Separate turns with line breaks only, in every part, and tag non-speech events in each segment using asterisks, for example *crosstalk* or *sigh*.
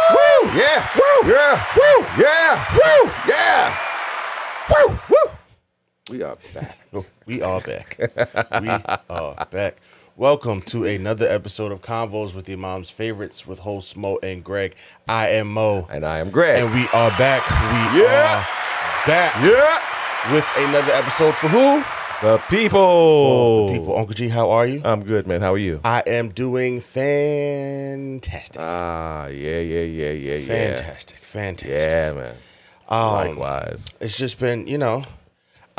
Yeah. Woo. Yeah. Woo. Yeah. Woo. Yeah. Woo. Woo. We are back.
We are back. *laughs* we are back. Welcome to another episode of Convos with your mom's favorites with hosts Mo and Greg. I am Mo,
And I am Greg.
and we are back. We
Yeah.
are back
yeah.
with another episode for who?
The people.
For the people. Uncle G, how are you?
I'm good, man. How are you?
I am doing fantastic.
Ah, yeah, yeah, yeah, yeah, yeah.
fantastic. Fantastic.
Yeah, man. Likewise.
It's just been, you know,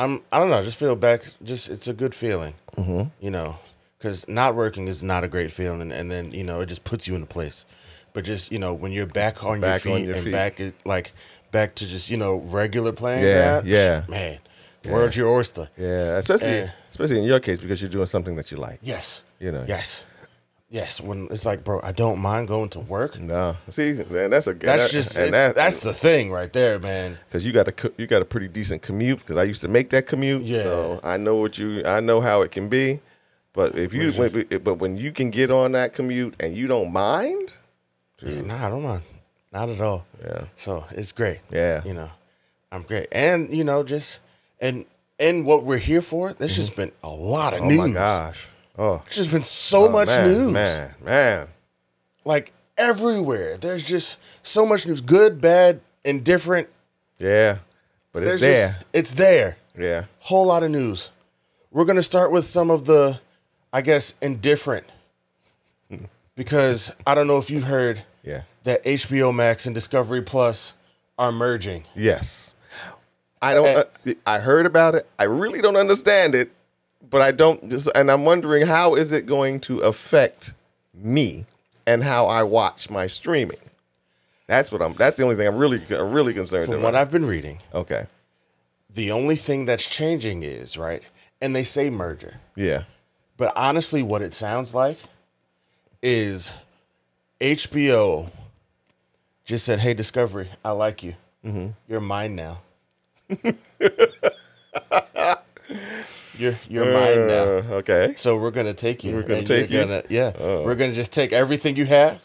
I'm. I don't know. I just feel back. Just it's a good feeling. Mm-hmm. You know, because not working is not a great feeling, and then you know it just puts you in a place. But just you know when you're back on
Back on
your feet
your
and
feet.
back at, like back to just you know regular playing.
Yeah,
ground,
yeah.
Man, world's your oyster.
Yeah, especially
Eh.
especially in your case because you're doing something that you like.
Yes.
You know.
Yes. Yes. When it's like, bro, I don't mind going to work.
No, see, man, that's a
That's just it's, that's the thing right there, man.
because you got a co- you got a pretty decent commute because I used to make that commute.
Yeah.
So I know what you I know how it can be, but if you when, but when you can get on that commute and you don't mind,
Yeah, nah, I don't mind. Not at all.
Yeah.
So it's great.
Yeah.
You know, I'm great. And you know, just and and what we're here for, there's just been a lot of
oh
news.
my gosh, oh
There's just been so much
man,
news.
man, man,
Like everywhere. There's just so much news. Good, bad, indifferent.
yeah, but it's
There's
there,
just- it's there.
yeah,
Whole lot of news. We're gonna start with some of the, I guess, indifferent. Because I don't know if you heard
yeah,
that HBO Max and Discovery Plus are merging.
yes. I don't. uh, I heard about it. I really don't understand it, but I don't. Just, and I'm wondering how is it going to affect me and how I watch my streaming. That's what I'm. That's the only thing I'm really, I'm really concerned
From
about.
what I've been reading,
okay.
the only thing that's changing is, right? And they say merger.
Yeah.
But honestly, what it sounds like is HBO just said, Hey, Discovery, I like you. You're mine now. you're you're mine now.
Uh, okay.
So we're gonna take you. We're
gonna take you? Oh.
yeah, we're gonna just take everything you have,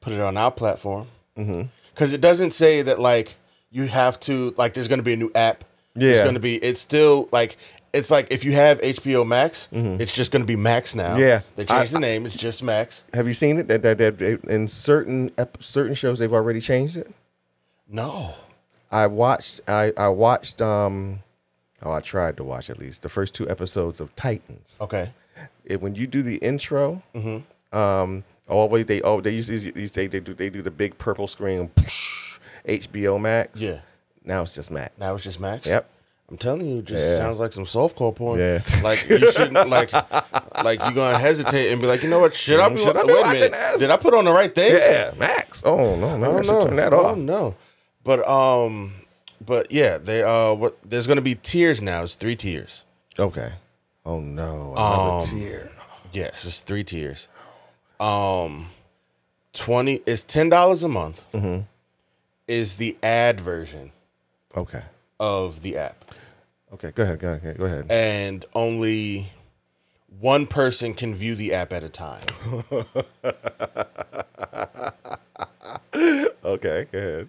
put it on our platform. Because
Mm-hmm.
it doesn't say that like you have to like. There's gonna be a new app.
Yeah.
it's gonna be. It's still like. It's like if you have HBO Max, it's just going to be Max now.
Mm-hmm. Yeah.
they changed
I-
the name. It's just Max.
Have you seen it? That that, that they- in certain ep- certain shows they've already changed it.
No,
I watched. I I watched. Um. Oh, I tried to watch at least the first two episodes of Titans.
okay,
it, when you do the intro, um, always they oh they usually these they, they do they do the big purple screen HBO Max.
Yeah.
Now it's just Max.
now it's just Max.
Yep.
I'm telling you, it just
Yeah.
sounds like some softcore porn.
Yeah.
Like you shouldn't like like you're gonna hesitate and be like, you know what? Should I be,
Should I be
wait a
watching
minute?
this?
Did I put on the right thing?
yeah, Max. Oh no, no, I
Oh
should
no!
turn that
oh
off.
no! But um, but yeah, they uh, what there's gonna be tiers now. It's three tiers.
Okay. Oh no, another
Um,
tier.
Yes, it's three tiers. Um, twenty is ten dollars a month. Is the ad version
Okay.
of the app,
Okay. Go ahead. Go ahead. Go ahead.
and only one person can view the app at a time.
Okay. Go ahead.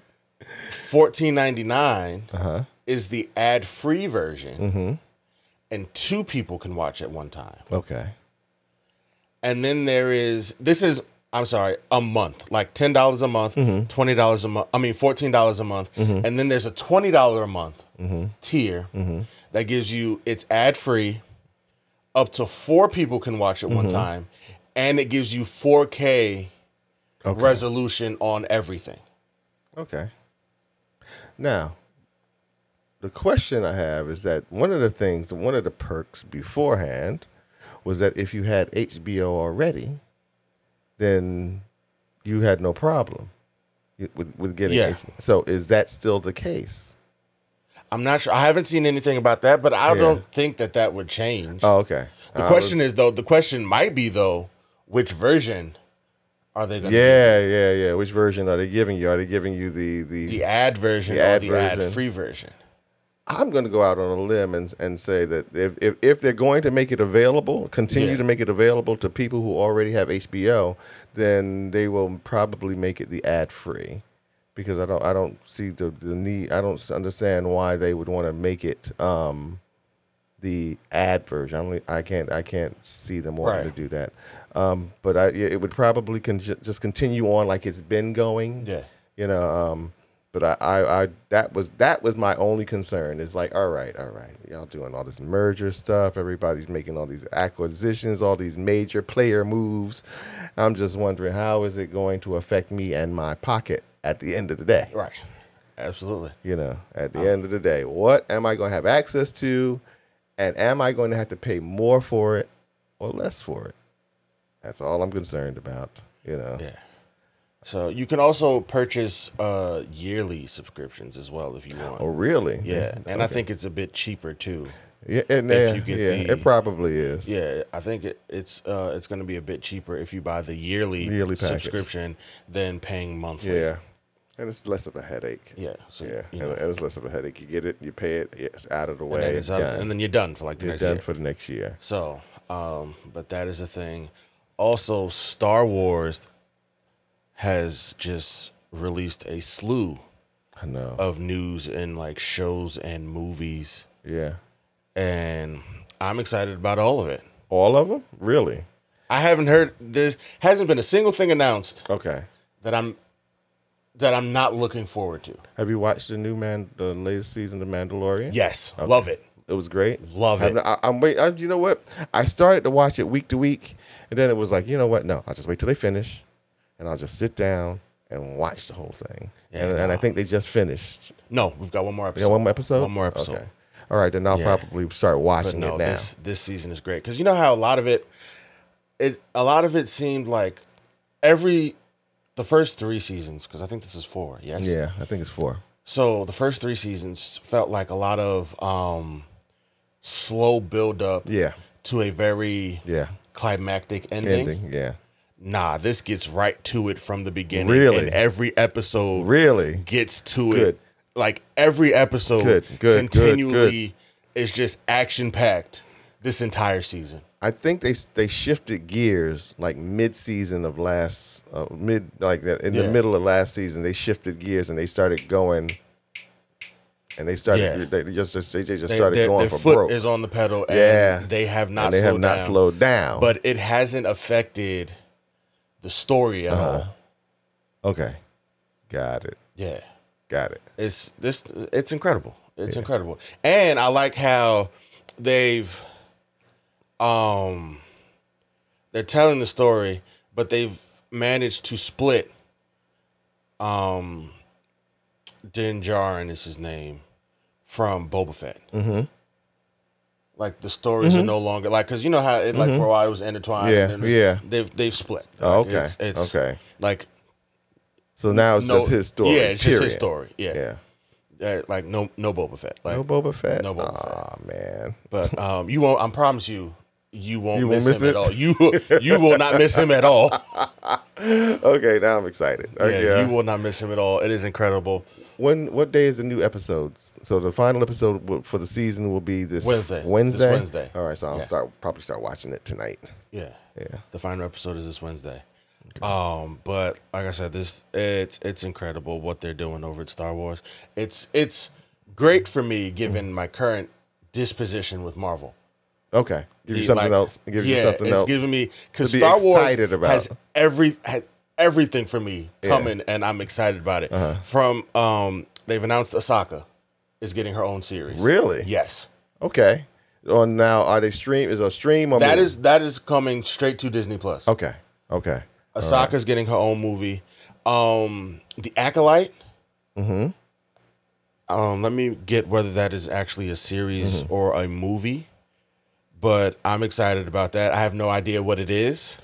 Fourteen ninety nine is the ad free version, and two people can watch at one time.
Okay.
and then there is this is I'm sorry, a month, like ten dollars a month,
Mm-hmm.
twenty dollars a month. I mean, fourteen dollars a month, and then there's a twenty dollar a month
Mm-hmm.
tier that gives you it's ad free, up to four people can watch at one
Mm-hmm.
time, and it gives you 4K
Okay.
resolution on everything.
Okay. Now, the question I have is that one of the things, one of the perks beforehand was that if you had HBO already, then you had no problem with, with getting
Yeah.
HBO. So is that still the case?
I'm not sure. I haven't seen anything about that, but I
Yeah.
don't think that that would change.
Oh, okay.
the question is though. The question might be though, which version are they going to
Yeah, yeah, yeah. Which version are they giving you? Are they giving you the the?
the ad version
The
or
ad
the
version.
ad free version.
I'm going to go out on a limb and and say that if if, if they're going to make it available, continue
Yeah.
to make it available to people who already have HBO, then they will probably make it the ad free. because I don't I don't see the, the need I don't s- understand why they would want to make it um the ad version. I, only, I can't I can't see them wanting
Right.
to do that. Um, but I yeah, it would probably con- just continue on like it's been going.
Yeah.
You know. Um, but I, I I that was that was my only concern. Is like all right all right y'all doing all this merger stuff. Everybody's making all these acquisitions, all these major player moves. I'm just wondering how is it going to affect me and my pocket at the end of the day
Right. Absolutely.
you know at the end of the day what am i going to have access to and am i going to have to pay more for it or less for it that's all i'm concerned about you know
Yeah. So you can also purchase uh, yearly subscriptions as well if you want.
oh really
yeah, and I
Okay.
think it's a bit cheaper too.
yeah, and,
if
yeah,
you get
yeah,
the-
it probably is
Yeah, I think it, it's uh, it's going to be a bit cheaper if you buy the yearly,
Yearly package.
subscription than paying monthly.
yeah and it's less of a headache
yeah. So
yeah and,
you know,
and it's less of a headache you get it you pay it it's out of the
and,
way
then
it's
it's out-
done.
and then you're done for like the
you're
next
done
year.
for the next year
So, um, but that is a thing. Also, Star Wars has just released a slew
i know
of news and like shows and movies,
yeah
and I'm excited about all of it.
all of them really
I haven't heard there hasn't been a single thing announced
okay
that I'm that I'm not looking forward to.
have you watched the new man the latest season of mandalorian
Yes, love it.
It was great.
Love
I'm-
it.
I, am wait. I, you know what? I started to watch it week to week, and then it was like, you know what? No, I'll just wait till they finish, and I'll just sit down and watch the whole thing.
Yeah,
and, and I
no.
think they just finished.
No, we've got one more
You
episode.
got one more episode.
One more episode.
All right, then I'll
Yeah.
probably start
But
watching
no,
it now.
this this season is great because you know how a lot of it, it a lot of it seemed like every the first three seasons because I think this is four. Yes.
Yeah, I think it's four.
So the first three seasons felt like a lot of um slow build up
Yeah,
to a very
yeah.
climactic ending.
Ending. Yeah.
Nah, this gets right to it from the beginning.
Really?
And every episode
Really.
gets to
Good.
it. Like every episode
Good, good, good,
continually is just action packed this entire season.
I think they they shifted gears like mid season of last uh, mid like that in
Yeah.
the middle of last season they shifted gears and they started going and they started
Yeah.
they just, just they just
They-
started
their
going
their
for
foot
broke
is on the pedal and
Yeah.
they have not
and they
slowed
have not
down,
slowed down.
But it hasn't affected the story at
Uh-huh.
all.
okay, got it,
Yeah.
got it.
It's this it's incredible. It's incredible. And I like how they've um they're telling the story, but they've managed to split um Din Djarin is his name from Boba Fett. Mm-hmm. Like the stories are no longer like because you know how it like for a while it was intertwined.
Mm-hmm. Yeah,
and then it was-
yeah.
They've they've split.
Oh,
Like,
okay, okay.
Like
So now it's just his story.
Yeah, it's just his
period.
story.
Yeah,
Uh, like no no Boba Fett. Like,
no Boba Fett.
no Boba
Aw, man.
but um, you won't. I promise you, you won't
You won't miss
miss, him
it?
at all. You you will not miss him at all.
Okay, now I'm excited. *laughs*
Yeah,
Okay, yeah.
you will not miss him at all. It is incredible.
When what day is the new episodes? So the final episode w- for the season will be this
Wednesday. This
Wednesday.
Wednesday.
All right, so I'll
Yeah.
start probably start watching it tonight.
Yeah,
Yeah.
the final episode is this Wednesday. Um, but like I said, this it's it's incredible what they're doing over at Star Wars. It's it's great for me given my current disposition with Marvel.
Okay. Give you
the,
something
like-
else. Give you
yeah,
something
it's
else.
giving me because
to be
Star Wars
excited about.
has every has everything for me
Yeah. Uh-huh.
coming, and I'm excited about it. From um, they've announced Osaka is getting her own series.
Really?
Yes,
Okay. On now, are they stream? Is it a stream or
that
movie?
is that is coming straight to Disney Plus.
okay. Okay.
Osaka's getting her own movie. Um, the Acolyte.
Mm-hmm.
Hmm. Um, let me get whether that is actually a series
Mm-hmm.
or a movie, but I'm excited about that. I have no idea what it is.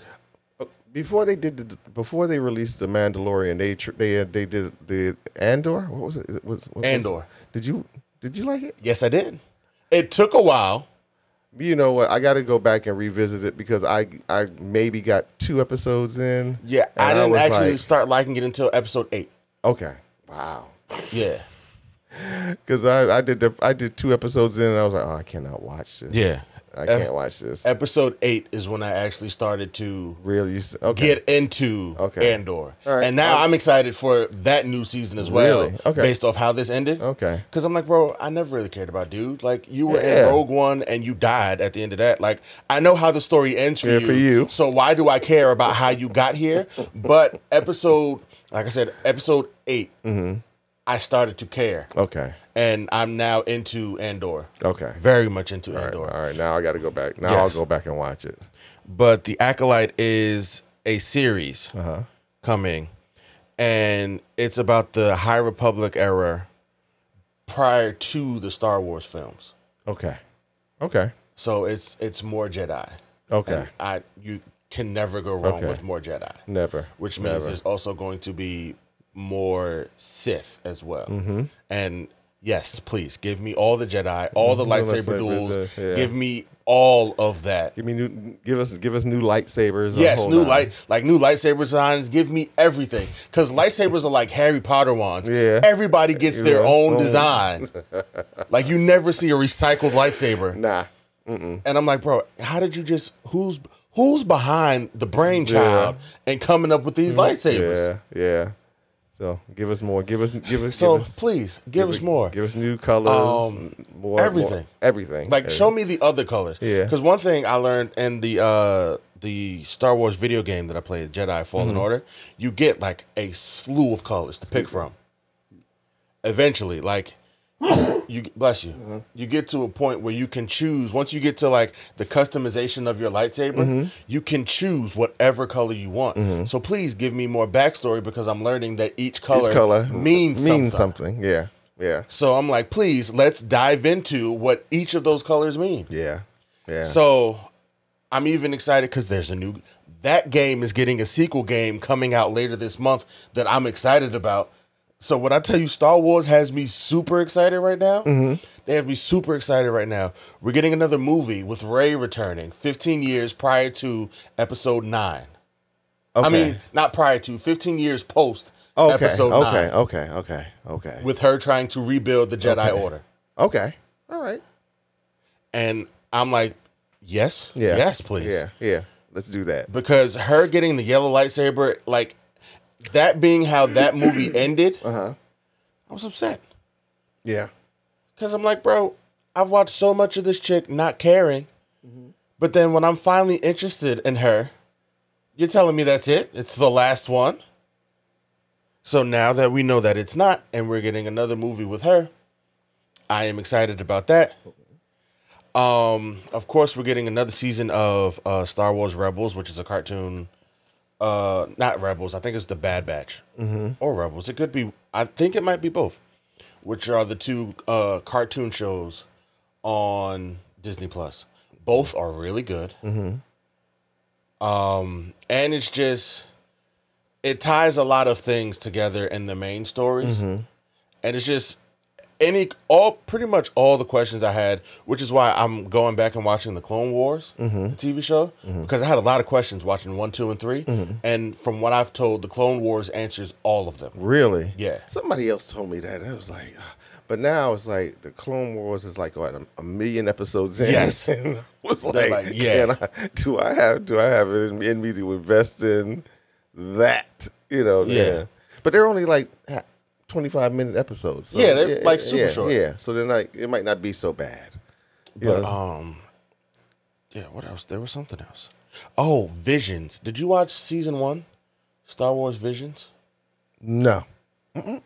Before they did the, before they released the Mandalorian, they tr- they uh, they did the Andor. What was it? Is it- was, what was-
Andor.
Did you did you like it?
Yes, I did. It took a while.
You know what? I got to go back and revisit it because I I maybe got two episodes in.
Yeah,
and
I didn't
was
actually
like,
start liking it until episode eight.
okay. Wow.
Yeah,
Because I, I did the, I did two episodes in and I was like, oh, I cannot watch this.
yeah. Uh,
I can't watch this.
Episode eight is when I actually started to
Real, you s- okay?
get into
Okay.
Andor,
All right.
and now I'm excited for that new season as well,
Really? Okay.
based off how this ended.
Okay.
Because I'm like, bro, I never really cared about dude. Like, you were
Yeah.
in Rogue One and you died at the end of that. Like, I know how the story ends for,
Yeah,
you,
for you.
So why do I care about how you got here? But episode, like I said, episode 8
Mm-hmm.
I started to care,
okay,
and I'm now into Andor,
okay.
very much into
All right,
Andor.
all right, now I got to go back. Now
Yes.
I'll go back and watch it.
But the Acolyte is a series
Uh-huh.
coming, and it's about the High Republic era prior to the Star Wars films.
Okay, okay,
So it's it's more Jedi.
okay.
And I you can never go wrong
Okay.
with more Jedi,
Never.
which means
Never.
there's also going to be more Sith as well.
Mm-hmm.
And yes, please give me all the Jedi,
*laughs*
all the
Mhm.
lightsaber duels.
Yeah.
Give me all of that.
Give me new. Give us. Give us new lightsabers. a
Yes,
whole
new
nine.
light, like new lightsaber designs. Give me everything, because lightsabers are like Harry Potter wands.
Yeah.
everybody gets their
Yeah.
own
Own. *laughs*
design. like you never see a recycled lightsaber,
Nah.
and I'm like, bro, how did you just who's who's behind the brainchild and coming up with these lightsabers?
Mm-hmm. Yeah. Yeah. So give us more. Give us. Give us.
So
give us,
please give, us more.
Give us new colors.
Um,
more,
everything.
More, everything.
like show me the other colors.
Yeah.
Because one thing I learned in the uh the Star Wars video game that I played, Jedi Fallen Order, you get like a slew of colors to pick from. Eventually, like *gasps* you bless you, you get to a point where you can choose. Once you get to like the customization of your lightsaber, you can choose whatever color you want. So please give me more backstory because I'm learning that Mm-hmm. each color,
Each color
means
means
something.
something. Yeah. Yeah.
So I'm like, please, let's dive into what each of those colors mean.
Yeah. Yeah.
So I'm even excited because there's a new that game is getting a sequel game coming out later this month that I'm excited about. So when I tell you Star Wars has me super excited right now,
Mm-hmm.
they have me super excited right now. We're getting another movie with Ray returning 15 years prior to episode 9.
okay.
I mean, not prior to, 15 years post
Okay.
episode
okay.
9
Okay. Okay. Okay.
with her trying to rebuild the Jedi
Okay.
Order.
Okay. All right.
And I'm like, yes,
Yeah.
yes, please.
Yeah. Yeah. Let's do that.
because her getting the yellow lightsaber, like that being how that movie ended,
Uh huh.
I was upset
Yeah.
because I'm like, bro, I've watched so much of this chick not caring, but then when I'm finally interested in her, you're telling me that's it? It's the last one. So now that we know that it's not, and we're getting another movie with her, I am excited about that. Um, of course, we're getting another season of uh, Star Wars Rebels, which is a cartoon. Uh, not Rebels. I think it's the Bad Batch Mm-hmm. or Rebels. It could be. I think it might be both, which are the two uh, cartoon shows on Disney Plus. Both are really good. Um, and it's just it ties a lot of things together in the main stories, and it's just any all pretty much all the questions I had, which is why I'm going back and watching the Clone Wars the TV show because I had a lot of questions watching one, two, and 3 and from what I've told, the Clone Wars answers all of them.
Really?
Yeah.
Somebody else told me that. I was like, "Ah." but now it's like the Clone Wars is like what a, a million episodes in. *laughs*
Yes.
and I was
They're
like,
like, yeah.
can I, do I have do I have it in, in me to invest in that? You know?
Yeah.
But they're only like twenty five minute episodes. so
Yeah, they're, like, super
yeah,
short.
Yeah. So they're like it might not be so bad. You
But
know?
um, yeah, what else? There was something else. Oh, Visions. Did you watch season one, Star Wars Visions?
no. Mm-mm.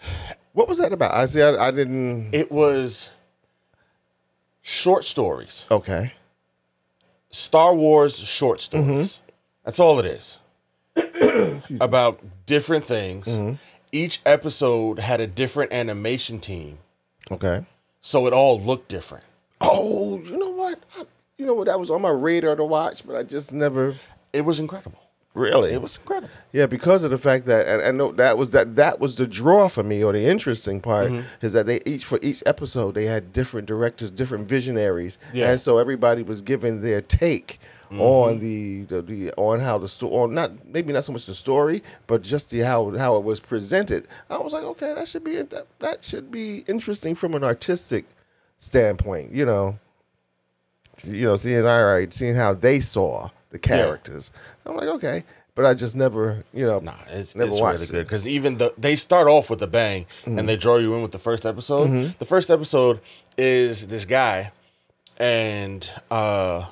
*sighs* What was that about? I see. I, I didn't.
It was short stories,
Okay.
Star Wars short stories. That's all it is. About different things. Each episode had a different animation team,
Okay.
so it all looked different.
Oh, you know what? I- You know what? That was on my radar to watch, but I just never
It was incredible.
really.
It was incredible.
yeah, because of the fact that and I know that was that that was the draw for me, or the interesting part
Mm-hmm.
is that they each for each episode they had different directors, different visionaries,
Yeah. Mm-hmm.
and so everybody was giving their take. On the, the, the on how the story on not maybe not so much the story but just the how how it was presented I was like okay that should be that, that should be interesting from an artistic standpoint you know you know, seeing all right, seeing how they saw the characters. I'm like, okay, but I just never, you know,
Nah, it's,
never
it's
watched
really
it. Mm-hmm.
good because even the they start off with a bang and they draw you in with the first episode. The first episode is this guy, and uh,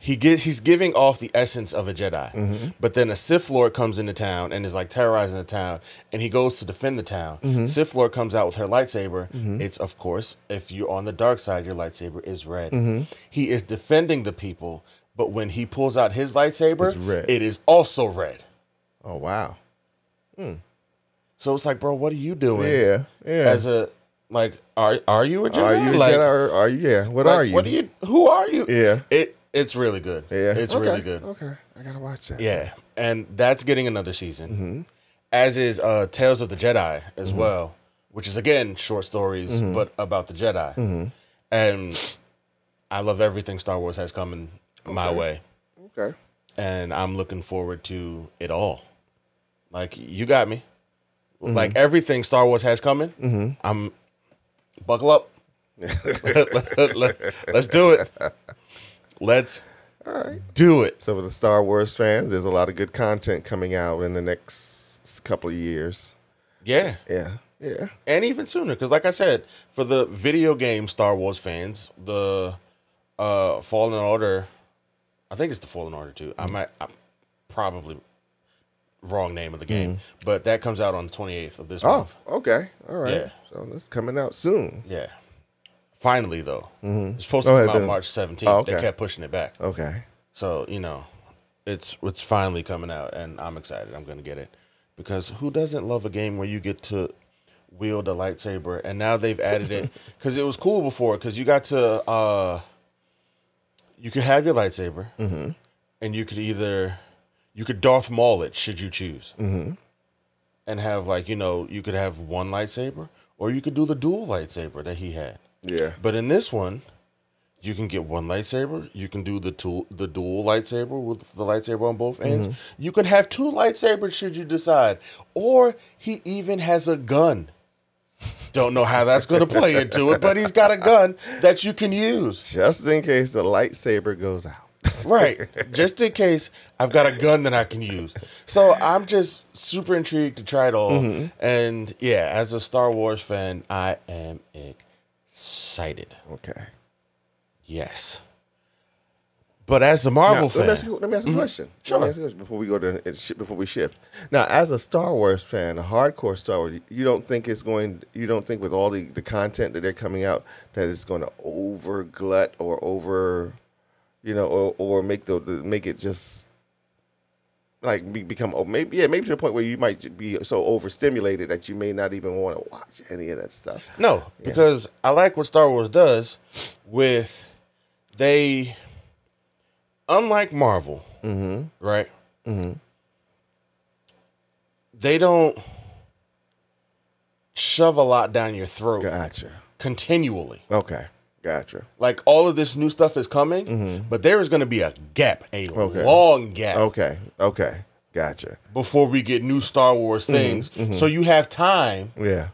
he get he's giving off the essence of a Jedi,
Mm-hmm.
but then a Sith Lord comes into town and is like terrorizing the town, and he goes to defend the town.
Mm-hmm.
Sith Lord comes out with her lightsaber. It's of course if you're on the dark side, your lightsaber is red.
Mm-hmm.
He is defending the people, but when he pulls out his lightsaber,
It's red.
it is also red.
Oh wow.
So it's like, bro, what are you doing?
Yeah, yeah.
As a like, are are you a Jedi?
are you a
like,
Jedi? Or are you? Yeah. What
like,
are you?
What are you? Who are you?
Yeah.
It it's really good.
Yeah.
It's
Okay,
really good.
Okay. I gotta watch that.
Yeah, and that's getting another season.
Mm-hmm.
As is uh, Tales of the Jedi as well, which is again short stories
Mm-hmm.
but about the Jedi. And I love everything Star Wars has coming my way,
Okay.
and I'm looking forward to it all. Like you got me. Like everything Star Wars has coming, I'm buckle up. Let's do it. Let's
All right.
do it.
So for the Star Wars fans, there's a lot of good content coming out in the next s- couple of years.
Yeah.
Yeah. Yeah.
and even sooner because like i said for the video game star wars fans the uh fallen order i think it's the fallen order too i might i'm probably wrong name of the game but that comes out on the 28th of this
Oh.
month
Okay. All right.
Yeah.
So this is coming out soon.
yeah finally though it's supposed
Mm-hmm. Go
to
ahead,
come out
Ben.
march 17th
Oh, okay.
they kept pushing it back
Okay.
so you know it's it's finally coming out and i'm excited i'm gonna get it because who doesn't love a game where you get to wield a lightsaber and now they've
*laughs*
added it because it was cool before because you got to uh you could have your lightsaber and you could either you could darth maul it should you choose and have like you know you could have one lightsaber or you could do the dual lightsaber that he had
Yeah.
but in this one, you can get one lightsaber. You can do the tool, the dual lightsaber with the lightsaber on both ends. You can have two lightsabers should you decide, or he even has a gun. Don't know how that's going to play into it, but he's got a gun that you can use.
Just in case the lightsaber goes out. *laughs*
Right, just in case I've got a gun that I can use. So I'm just super intrigued to try it all.
Mm-hmm.
And yeah, as a Star Wars fan, I am excited.
okay.
Yes. But as a Marvel
Now, let me ask
fan, Mm-hmm.
you, let me ask you a question. Let
Sure.
me ask you a question before we go to it shi- before we shift. Now, as a Star Wars fan, a hardcore Star Wars, you don't think it's going. You don't think with all the, the content that they're coming out that it's going to over glut or over, you know, or, or make the, the make it just like be, become oh maybe yeah maybe to the point where you might j- be so overstimulated that you may not even want to watch any of that stuff.
no, because I like what Star Wars does with they, unlike Marvel, right? They don't shove a lot down your throat
Gotcha.
continually.
Okay. Gotcha.
Like all of this new stuff is coming, but there is going to be a gap, a
Okay. Oh.
long gap.
Okay. Okay. Gotcha.
before we get new Star Wars things. So you have time
Yeah.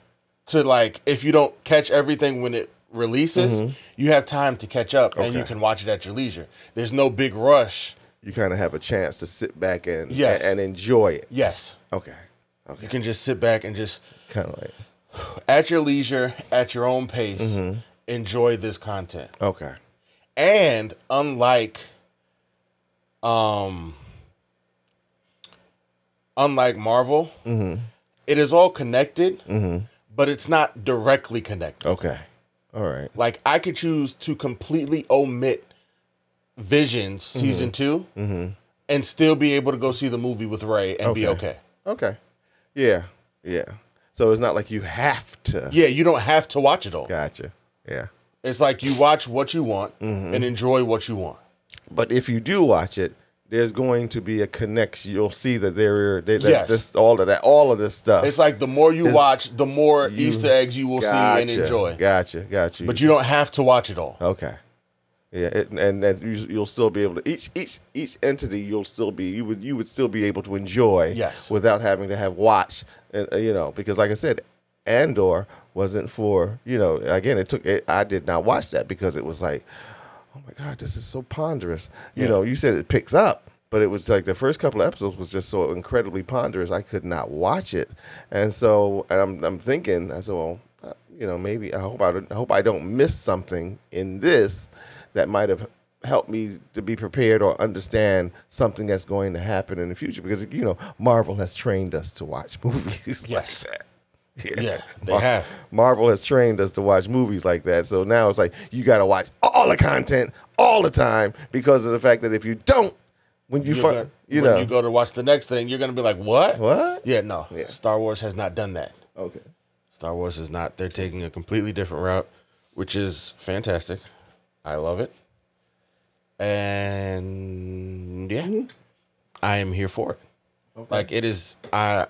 to like if you don't catch everything when it releases, you have time to catch up and you
Okay.
can watch it at your leisure. There's no big rush.
you kind of have a chance to sit back and
Yes.
and, enjoy it.
Yes.
Okay, okay,
You can just sit back and just
kind of like
at your leisure, at your own pace, enjoy this content.
okay,
And unlike um unlike Marvel, it is all connected, but it's not directly connected.
okay, all right,
Like I could choose to completely omit Visions
Mm-hmm.
season 2 and still be able to go see the movie with Ray and be
Okay.
okay.
okay, yeah, yeah. So it's not like you have to.
Yeah, you don't have to watch it all.
Gotcha. Yeah,
It's like you watch what you want
Mm-hmm.
and enjoy what you want.
but if you do watch it, there's going to be a connection. You'll see that there are that, that
Yes.
this all of that all of this stuff.
It's like the more you watch, the more
you-
Easter eggs you will see and enjoy.
Gotcha, gotcha.
But you don't have to watch it all.
Okay. Yeah, it, and that you, you'll still be able to each each each entity you'll still be you would you would still be able to enjoy
Yes.
without having to have watch uh, uh, you know because like I said, Andor wasn't for you know again it took it, I did not watch that because it was like oh my god, this is so ponderous. You know, you said it picks up, but it was like the first couple of episodes was just so incredibly ponderous. I could not watch it, and so and I'm I'm thinking I said, well, uh, you know, maybe I hope I, don't, I hope I don't miss something in this that might have helped me to be prepared or understand something that's going to happen in the future because you know Marvel has trained us to watch *laughs* movies
Yes.
like that.
Yeah, they have.
Marvel has trained us to watch movies like that. So now it's like you got to watch all the content all the time because of the fact that if you don't, when you
You're
fu-
gonna-
you
when
know
you go to watch the next thing, you're gonna be like, what?
what?
Yeah, no.
Yeah.
Star Wars has not done that.
Okay.
Star Wars is not. They're taking a completely different route, which is fantastic. I love it. And yeah, I am here for it. Like it is I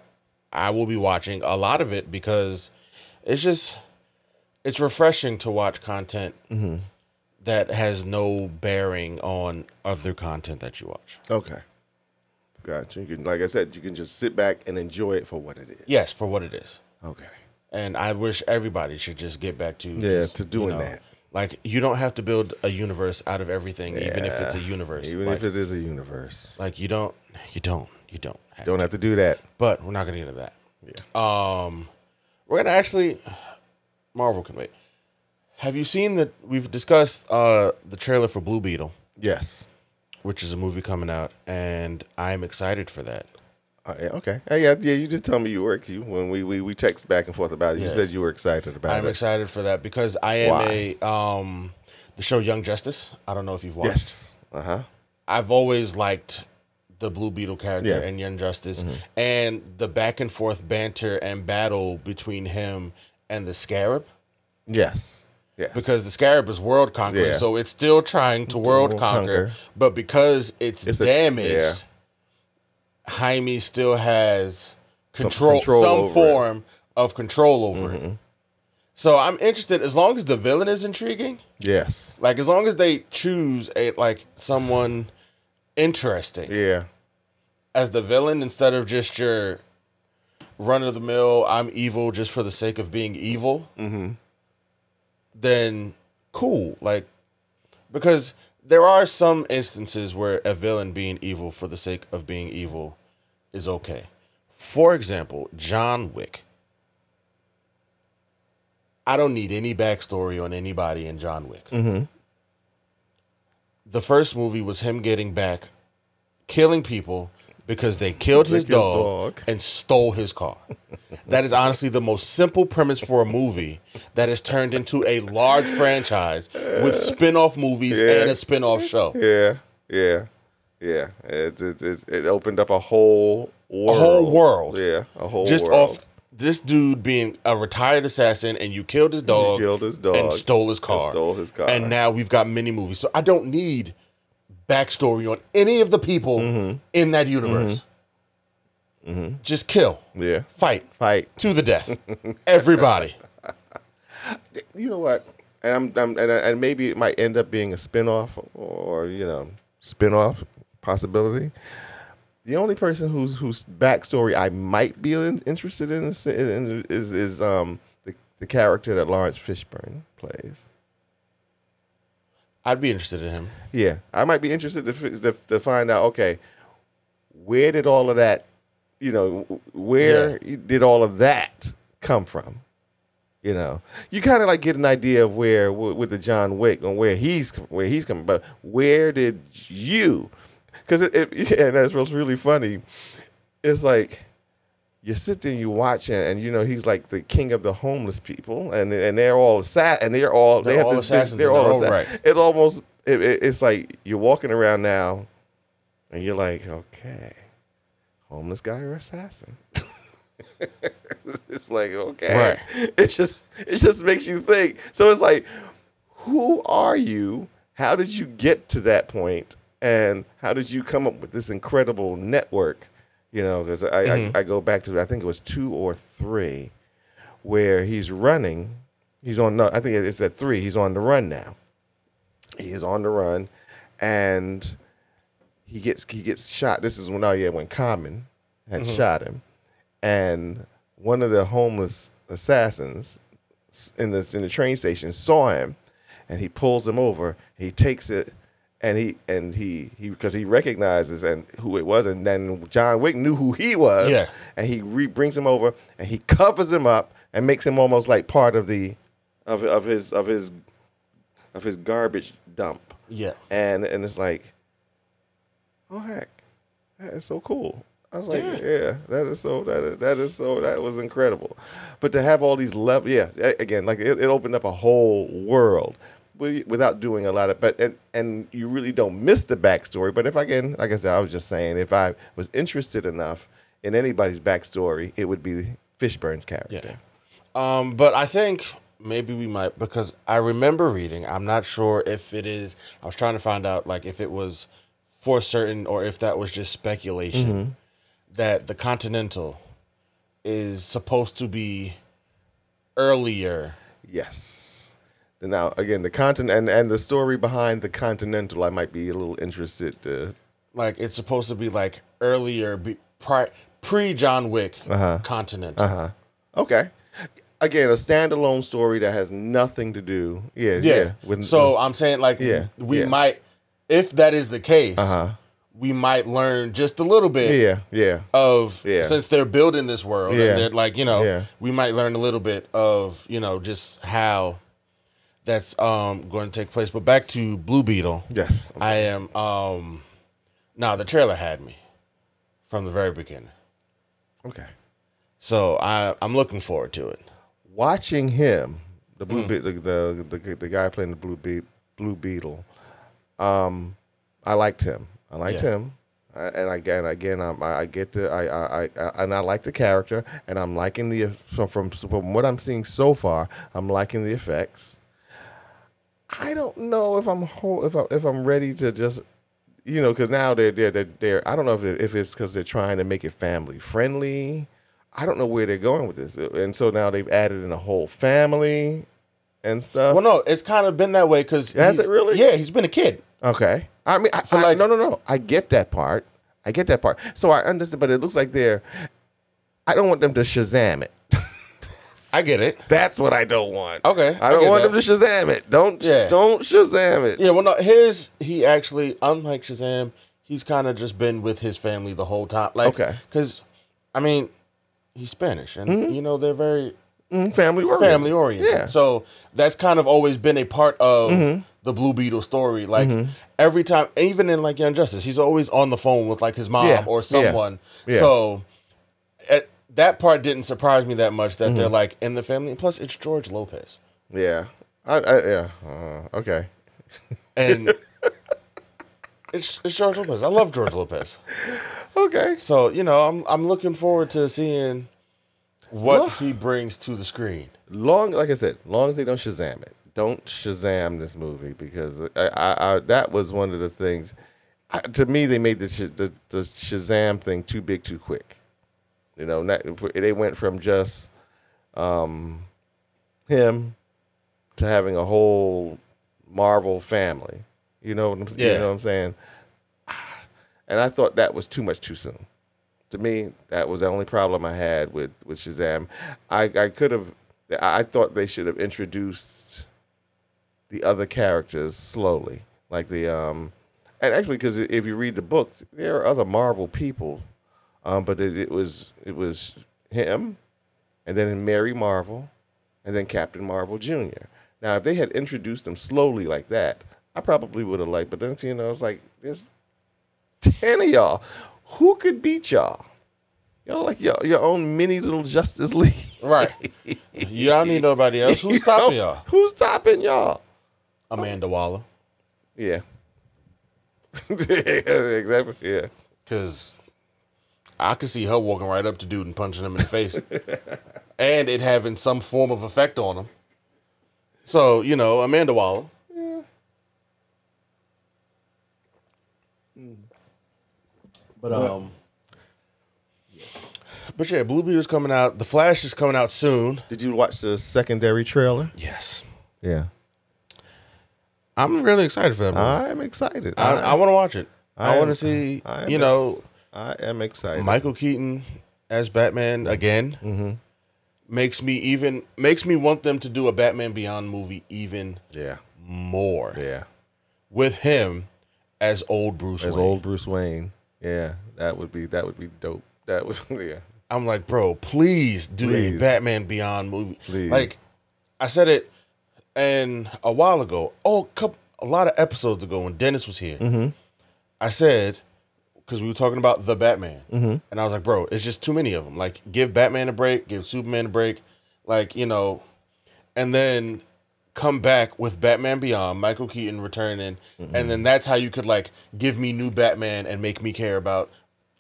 I will be watching a lot of it because it's just it's refreshing to watch content that has no bearing on other content that you watch.
Okay. Gotcha. You can, like I said, you can just sit back and enjoy it for what it is.
Yes, for what it is.
Okay.
and I wish everybody should just get back to
Yeah,
just,
to doing that.
Like you don't have to build a universe out of everything, even if it's a
Yeah.
universe.
Even
like,
if it is a universe,
like you don't, you don't, you don't. Have
don't have to do that.
But we're not gonna get into that. Yeah. Um, we're gonna actually, Marvel can wait. Have you seen that? We've discussed uh the trailer for Blue Beetle,
Yes.
which is a movie coming out, and I'm excited for that.
Uh, yeah, okay. Hey, yeah, yeah. You did tell me you were you when we we, we text back and forth about it. You
Yeah.
said you were excited about
I'm
it.
excited for that because I am
Why?
a um the show Young Justice. I don't know if you've watched.
yes. Uh huh.
I've always liked the Blue Beetle character
Yeah. Mm-hmm.
and Young Justice and the back and forth banter and battle between him and the Scarab
Yes. Yes.
because the Scarab is world conquering,
Yeah.
so it's still trying to world
World
conquer,
conquer.
but because it's,
It's a-
damaged,
yeah.
Jaime still has control, some,
control over it. Mm-hmm.
form of control over it. So I'm interested as long as the villain is intriguing.
yes.
Like as long as they choose a like someone interesting
Yeah.
as the villain instead of just your run of the mill, I'm evil just for the sake of being evil, mm-hmm. then cool. Like, because there are some instances where a villain being evil for the sake of being evil is okay. For example, John Wick. I don't need any backstory on anybody in John Wick. The first movie was him getting back, killing people because they killed his
killed
dog,
dog.
and stole his car. that is honestly the most simple premise for a movie that has turned into a large franchise with spin off movies
Yeah.
and a spin off show.
Yeah. Yeah. Yeah. It it, it, it opened up a whole world.
whole world.
Yeah. A whole
just
world.
off this dude being a retired assassin and you killed his dog,
killed his dog
and stole his car.
stole his car.
And now we've got mini movies. So I don't need backstory on any of the people
Mm-hmm.
in that universe. Just kill.
Yeah.
Fight.
Fight.
To the death.
*laughs*
Everybody.
You know what? And I'm, I'm and, I- and maybe it might end up being a spinoff or you know spinoff possibility. The only person whose whose backstory I might be in, interested in is is, is um the, the character that Lawrence Fishburne plays.
I'd be interested in him.
Yeah, I might be interested to, fi- to, to find out. Okay, where did all of that, you know, where did all of that come from? You know, you kind of like get an idea of where with, with the John Wick and where he's where he's coming, but where did you? Because it, it *laughs* and that's what's really funny. It's like you sit there and you watch it, and you know he's like the king of the homeless people, and and they're all assa- and they're all they
They're
have
all
this thing-
assassins
they're
in
all
their own
assa-
right.
It almost it, it- it's like you're walking around now, and you're like, okay, homeless guy or assassin. *laughs* it's like okay, it just it just makes you think. So it's like, who are you? How did you get to that point? And how did you come up with this incredible network? You know, because I, I, I go back to I think it was two or three, where he's running. He's on. No, I think it's at three. He's on the run now. He is on the run, and he gets he gets shot. This is when oh yeah when Common had shot him, and one of the homeless assassins s- in the in the train station saw him, and he pulls him over. He takes it, and he and he he because he recognizes and who it was, and then John Wick knew who he was.
Yeah.
and he re- brings him over, and he covers him up, and makes him almost like part of the, of of his of his, of his garbage dump
Yeah.
and and it's like, oh heck, that is so cool. I was like,
Yeah.
yeah, that is so that is, that is so that was incredible. But to have all these levels, yeah, a- again, like it, it opened up a whole world wi- without doing a lot of, but and and you really don't miss the backstory. But if I can, like I said, I was just saying, if I was interested enough in anybody's backstory, it would be Fishburne's character.
Yeah. Um, but I think maybe we might because I remember reading. I'm not sure if it is. I was trying to find out like if it was for certain or if that was just speculation
Mm-hmm.
that the Continental is supposed to be earlier.
Yes. Now again, the content and and the story behind the Continental, I might be a little interested to
Like it's supposed to be like earlier be, pri, pre John Wick Continental.
Uh-huh. Okay. Again, a standalone story that has nothing to do. Yeah, yeah.
Yeah.
with-
so I'm saying like
Yeah,
we
yeah. Uh-huh.
might if that is the case, we might learn just a little bit
yeah, yeah.
of
Yeah.
since they're building this world
Yeah.
and they're like you know
Yeah.
we might learn a little bit of you know just how that's um going to take place but back to blue beetle
Yes.
i am um now the trailer had me from the very beginning
Okay.
so i i'm looking forward to it
Watching him, the
Mm.
blue Be- the, the the the guy playing the blue Be- blue beetle. Um, I liked him. I liked
Yeah.
him. I, and again, again, I'm, I, I get the I, I, I, I and I like the character, and I'm liking the from from from what I'm seeing so far. I'm liking the effects. I don't know if I'm whole, if I, if I'm ready to just you know because now they're they're they're, they're I don't know if it, if it's because they're trying to make it family friendly. I don't know where they're going with this, and so now they've added in a whole family and stuff.
well no it's kind of been that way because
Has it really?
yeah he's been a kid
Okay. I mean, I,
So,
I-
like-
no, no, no. I get that part. I get that part. So I understand, but it looks like they're. I don't want them to Shazam it. *laughs*
i get it
That's what I don't want.
Okay,
I
I
don't
get
want
that.
them to Shazam it. Don't
Yeah.
don't Shazam it.
yeah well no his he actually unlike shazam he's kind of just been with his family the whole time like
Okay.
because i mean he's spanish and you know they're very
Mm, family oriented.
family oriented.
Yeah. Mm-hmm.
So that's kind of always been a part of the Blue Beetle story. Like every time, even in like Young Justice, he's always on the phone with like his mom
Yeah.
or
Yeah.
someone.
Yeah.
So at, that part didn't surprise me that much
Mm-hmm.
that they're like in the family. And plus, it's George Lopez,
Yeah. I, I, yeah. Uh, okay.
*laughs* and it's it's George Lopez. I love George Lopez.
Okay.
So you know, I'm I'm looking forward to seeing what
Well-
he brings to the screen.
long like I said, long as they don't Shazam it. Don't Shazam this movie because I, I, I that was one of the things. I, to me, they made the, sh- the the Shazam thing too big too quick. You know, not, they went from just um, him to having a whole Marvel family. You know what I'm, you
Yeah.
know what I'm saying? Ah, And I thought that was too much too soon. To me, that was the only problem I had with, with Shazam. I, I could have, I I thought they should have introduced the other characters slowly, like the um, and actually because if you read the books, there are other Marvel people, um, but it, it was it was him, and then Mary Marvel, and then Captain Marvel Jr. Now, if they had introduced them slowly like that, I probably would have liked. But then you know, it's like there's ten of y'all. Who could beat y'all? Y'all like your your own mini little Justice League.
Right. *laughs* you don't need nobody else. Who's
*laughs*
stopping y'all?
Who's stopping y'all?
Amanda Waller.
Yeah. *laughs* yeah, exactly. Yeah.
Cause I could see her walking right up to dude and punching him in the face, and it having some form of effect on him. So you know, Amanda Waller.
But um,
But yeah, Blue Beetle's coming out. The Flash is coming out soon.
Did you watch the secondary trailer?
Yes,
Yeah.
I'm really excited for that. Movie.
I'm excited.
I, I want to watch it. I,
am-
want to see.
I am
you know,
ex- I am excited.
Michael Keaton as Batman again
Mm-hmm.
makes me even makes me want them to do a Batman Beyond movie even
Yeah.
more
Yeah.
with him as old Bruce
As
Wayne.
old Bruce Wayne. Yeah. That would be that would be dope. That would *laughs* yeah.
I'm like, bro, please do a
Please.
Batman Beyond movie.
Please.
Like, I said it, and a while ago, oh, coup a lot of episodes ago when Dennis was here,
Mm-hmm.
I said because we were talking about the Batman, Mm-hmm. and I was like, bro, it's just too many of them. Like, give Batman a break, give Superman a break, like you know, and then come back with Batman Beyond, Michael Keaton returning,
Mm-hmm.
and then that's how you could like give me new Batman and make me care about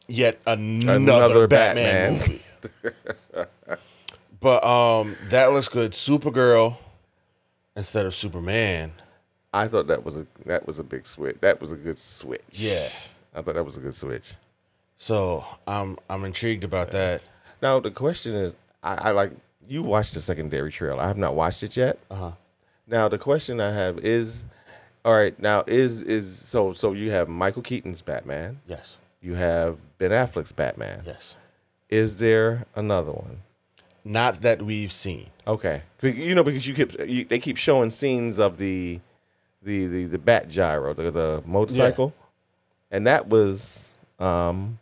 yet another,
Another
Batman,
Batman.
movie. *laughs* but um, that looks good. Supergirl instead of Superman.
I thought that was a that was a big switch. That was a good switch.
Yeah.
I thought that was a good switch.
So I'm I'm intrigued about that.
Now the question is, I, I like you watched the secondary trailer. I have not watched it yet.
Uh-huh.
Now the question I have is, all right, now is is so so you have Michael Keaton's Batman,
Yes.
you have Ben Affleck's Batman.
Yes.
Is there another one?
Not that we've seen.
Okay, Be- you know because you keep you, they keep showing scenes of the the the, the Bat Gyro, the, the motorcycle, and that was um,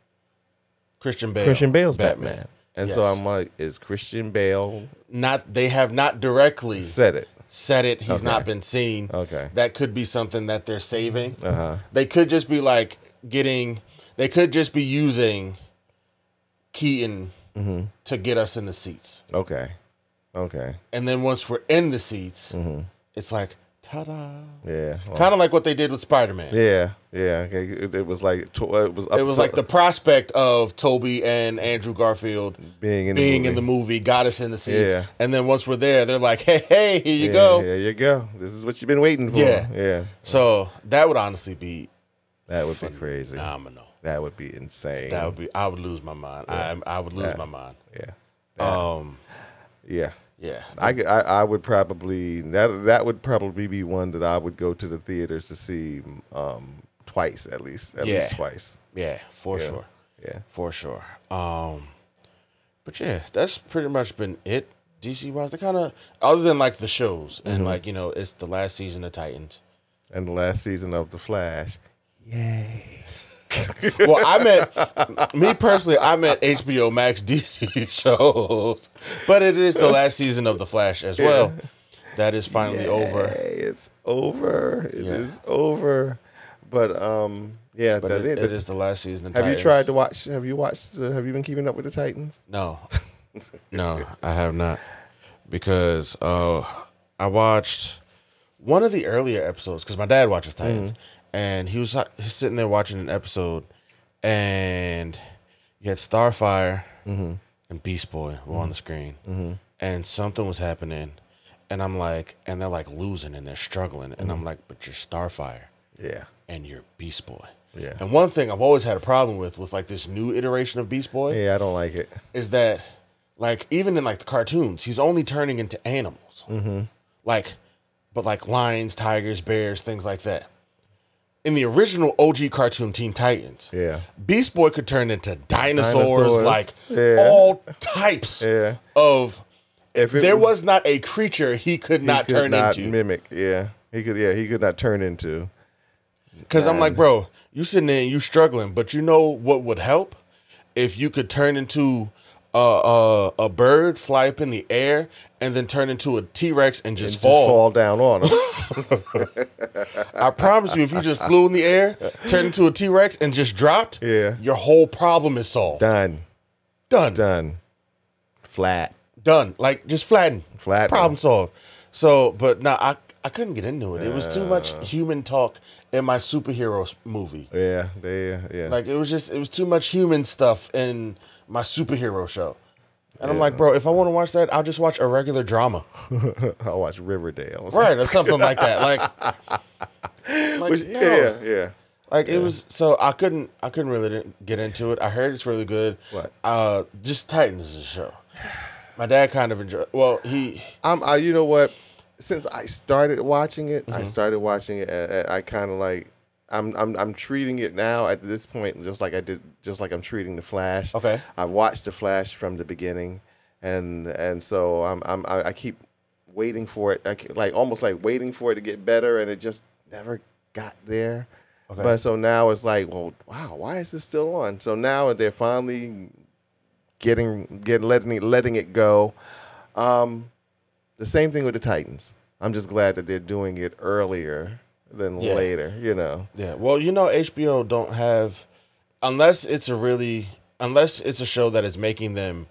Christian Bale.
Christian Bale's Batman. And so
Yes.
I'm like, is Christian Bale
Not they have not directly
said it?
said it. He's not
Okay.
been seen.
Okay.
That could be something that they're saving.
Uh-huh.
They could just be like getting. They could just be using Keaton
Mm-hmm.
to get us in the seats,
Okay, okay,
and then once we're in the seats, it's like ta-da.
yeah, Mm-hmm. well,
Kind of like what they did with Spider Man.
yeah, yeah. Okay, it, it was like to, it was up
It was
to-
like the prospect of Toby and Andrew Garfield
being in
being
the movie.
in the movie got us in the seats.
Yeah.
And then once we're there, they're like, hey, *laughs* hey, here you
yeah,
go.
There you go. This is what you've been waiting for.
Yeah.
yeah.
So that would honestly be
That would be crazy.
phenomenal.
That would be insane.
That would be, I would lose my mind. I, I would lose
Yeah.
my mind.
yeah,
Um,
yeah.
yeah.
I, could- I, I would probably that that would probably be one that I would go to the theaters to see um, twice at least at least
Yeah.
twice.
Yeah, for
Yeah.
sure.
Yeah.
For sure. Um, but yeah, that's pretty much been it. DC wise, they kind of, other than like the shows and
Mm-hmm.
like, you know, it's the last season of Titans.
And the last season of The Flash. Yay!
Well, I meant me personally. I meant HBO Max *laughs* DC shows, but it is the last season of The Flash as well. That is finally over.
Yay, It's over. It is
Yeah.
over. But um, yeah.
But
that
it-
is-
it is the last season. Of
have you
Titans.
tried to watch? Have you watched? Uh, have you been keeping up with the Titans?
No, no, I have not because uh, I watched one of the earlier episodes because my dad watches Titans, and he was he's sitting there watching an episode, and you had Starfire and Beast Boy were on the screen, and something was happening, and I'm like, and they're like losing and they're struggling, and I'm like, but you're Starfire
Yeah.
and you're Beast Boy.
Yeah.
And one thing I've always had a problem with with like this new iteration of Beast Boy
Yeah, I don't like it.
is that like even in like the cartoons, he's only turning into animals.
Mm-hmm.
Like, but like lions, tigers, bears, things like that. In the original OG cartoon Teen Titans,
Yeah.
Beast Boy could turn into dinosaurs,
Dinosaurs,
like
yeah.
all types
Yeah.
of.
If it
there
was-
was not a creature he could not
he could
turn
not
into.
mimic. Yeah, he could. Yeah, he could not turn into.
Because I'm like, bro, you sitting there and you struggling, but you know what would help if you could turn into a a, a bird, fly up in the air, and then turn into a T Rex and just
Just
fall.
fall down on
*laughs*
him.
I promise you, if you just flew in the air, turned into a T Rex, and just dropped,
Yeah.
your whole problem is solved.
done,
Done. Done.
done, flat.
Like just flatten.
Flatten.
Problem solved. So, but nah, I I couldn't get into it. It was too much human talk in my superhero s- movie.
Yeah, they, yeah.
Like it was just it was too much human stuff in my superhero show. And I'm like, bro, if I want to watch that, I'll just watch a regular drama.
*laughs* I watch Riverdale.
Right, or something like that.
*laughs*
Like, like,
Which- *laughs*
no.
Yeah, yeah.
like it was so I couldn't I couldn't really didn't get into it. I heard it's really good.
What?
Uh just Titans is a show. My dad kind of enjoyed well, he
I'm. I, you know what? Since I started watching it,
Mm-hmm.
I started watching it. At, at, I kind of like. I'm, I'm I'm treating it now at this point just like I did just like I'm treating the Flash.
Okay.
I watched the Flash from the beginning, and and so I'm I'm I I keep waiting for it, like, like almost like waiting for it to get better, and it just never got there.
Okay.
But so now it's like, well, wow, why is this still on? So now they're finally getting get letting it, letting it go. Um, the same thing with the Titans. I'm just glad that they're doing it earlier than
Yeah.
later. You know,
Yeah. Well, you know, HBO don't have unless it's a really unless it's a show that is making them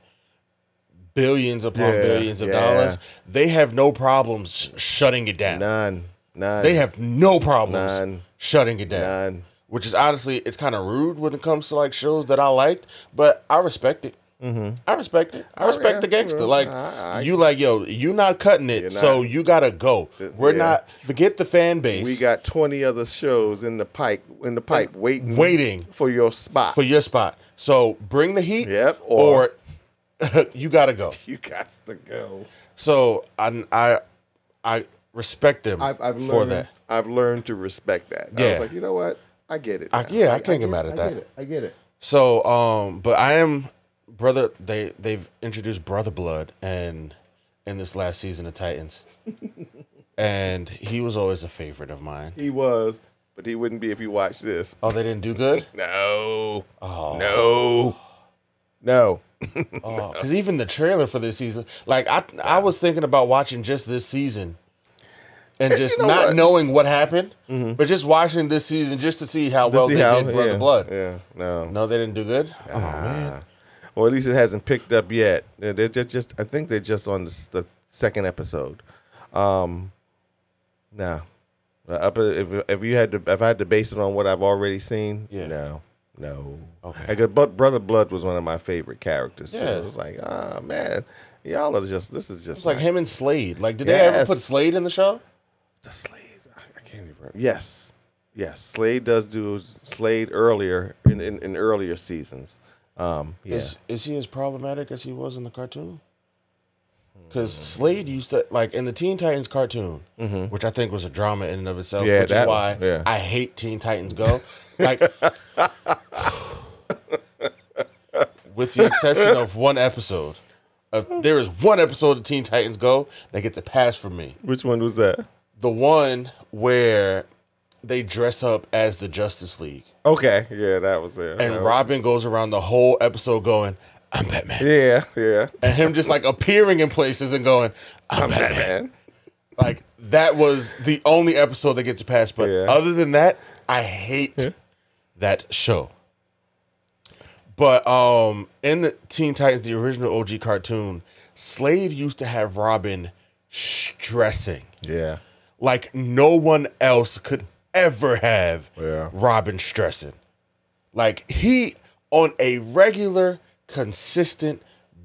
billions upon
Yeah,
billions of
yeah.
dollars. They have no problems sh- shutting it down.
none, none.
They have no problems
None.
shutting it down.
none.
Which is honestly, it's kind of rude when it comes to like shows that I liked, but I respect it. Mm-hmm. I respect it. I
Oh,
respect
yeah,
the gangster.
yeah.
Like
I- I-
you, like yo, you not cutting it,
You're
so
not.
you gotta go. We're
yeah.
not forget the fan base.
We got 20 other shows in the pipe in the pipe waiting
waiting.
for your spot.
for your spot. So bring the heat.
Yep,
Or,
or-
*laughs* you gotta go.
*laughs* you got to go.
So I I I respect them
I've, I've
for
learned,
that.
I've learned to respect that. I
Yeah.
was like, you know what? I get it.
I-
now.
yeah, I can't get mad at
I
that.
Get it. I get it.
So um, but I am brother. They they've introduced brother blood and in this last season
*laughs*
of Titans, and he was always a favorite of mine.
He was, but he wouldn't be if you watched this.
Oh, they didn't
*laughs*
do good.
No.
Oh.
No. No.
because Oh, even the trailer for this season, like I, I was thinking about watching just this season, and just
know
not
what? Mm-hmm.
knowing what happened, but just watching this season just to see how well
see
they
how-
did, Brother
yeah,
Blood.
Yeah. No.
No, they didn't do good. Oh man,
Ah. Well, at least it hasn't picked up yet. They're they're just, just- I think they're just on the, s- the second episode. Um, no, Uh, up if, if you had to, if I had to base it on what I've already seen,
Yeah.
no, no.
Okay.
Like, uh, but Brother Blood was one of my favorite characters. Yeah.
Yeah.
It was like, ah, man, y'all are just. This is just
it's like him and Slade. Like, did they ever
Yes.
put Slade in the show?
the Slade. I I can't even. Remember. Yes, yes. Slade does do Slade earlier in in, in earlier seasons. Um, yeah.
Is is he as problematic as he was in the cartoon? Because Slade used to like in the Teen Titans cartoon, which I think was a drama in and of itself,
Mm-hmm. Yeah,
which is
that
why
one, yeah.
I hate Teen
*laughs*
Titans Go. Like, with the exception of one episode, of, there is one episode of Teen Titans Go that gets a pass from me.
Which one was that?
The one where they dress up as the Justice League,
Okay, yeah, that was it. Uh,
and
That was-
Robin goes around the whole episode going, "I'm Batman."
Yeah, yeah.
and him just like appearing in places and going, I'm Batman.
Batman.
Like that was the only episode that gets passed. But
Yeah.
other than that, I hate that show. But um in the Teen Titans, the original OG cartoon, Slade used to have Robin stressing.
Yeah.
Like no one else could ever have
Yeah.
Robin stressing. Like he on a regular, consistent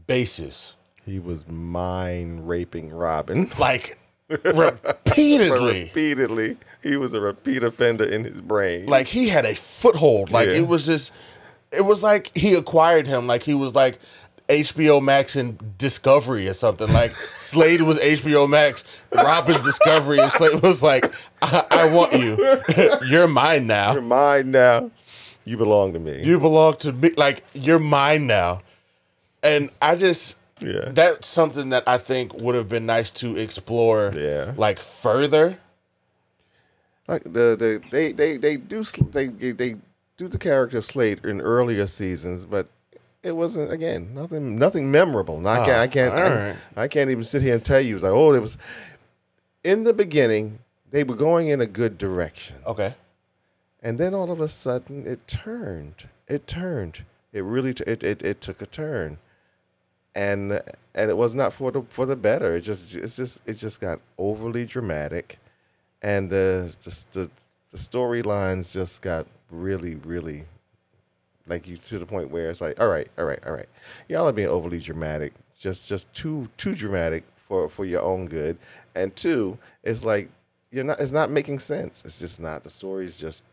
basis.
He was mind raping Robin.
like
*laughs*
repeatedly.
Repeatedly. He was a repeat offender in his brain.
Like he had a foothold. Like
Yeah.
it was just, it was like he acquired him. Like he was like HBO Max and Discovery or
*laughs*
something. Like Slade was HBO Max, Robin's Discovery, and Slade was like, I, I want you. *laughs* you're mine
You're
now.
mine now. You belong to me.
You belong to me. Like you're mine now. And I just.
Yeah.
That's something that I think would have been nice to explore,
Yeah.
like further.
like the, the they, they they do sl- they they they do the character of Slade in earlier seasons, but it wasn't again nothing nothing memorable. And I can't I can't
all
I,
right.
I can't even sit here and tell you. It's like oh, it was in the beginning they were going in a good direction.
Okay,
and then all of a sudden it turned it turned it really t- it, it, it took a turn and and it was not for the for the better it just it's just it just got overly dramatic and the just the the storylines just got really really like you to the point where it's like all right all right all right y'all are being overly dramatic just just too too dramatic for for your own good and two it's like you're not it's not making sense it's just not the story's just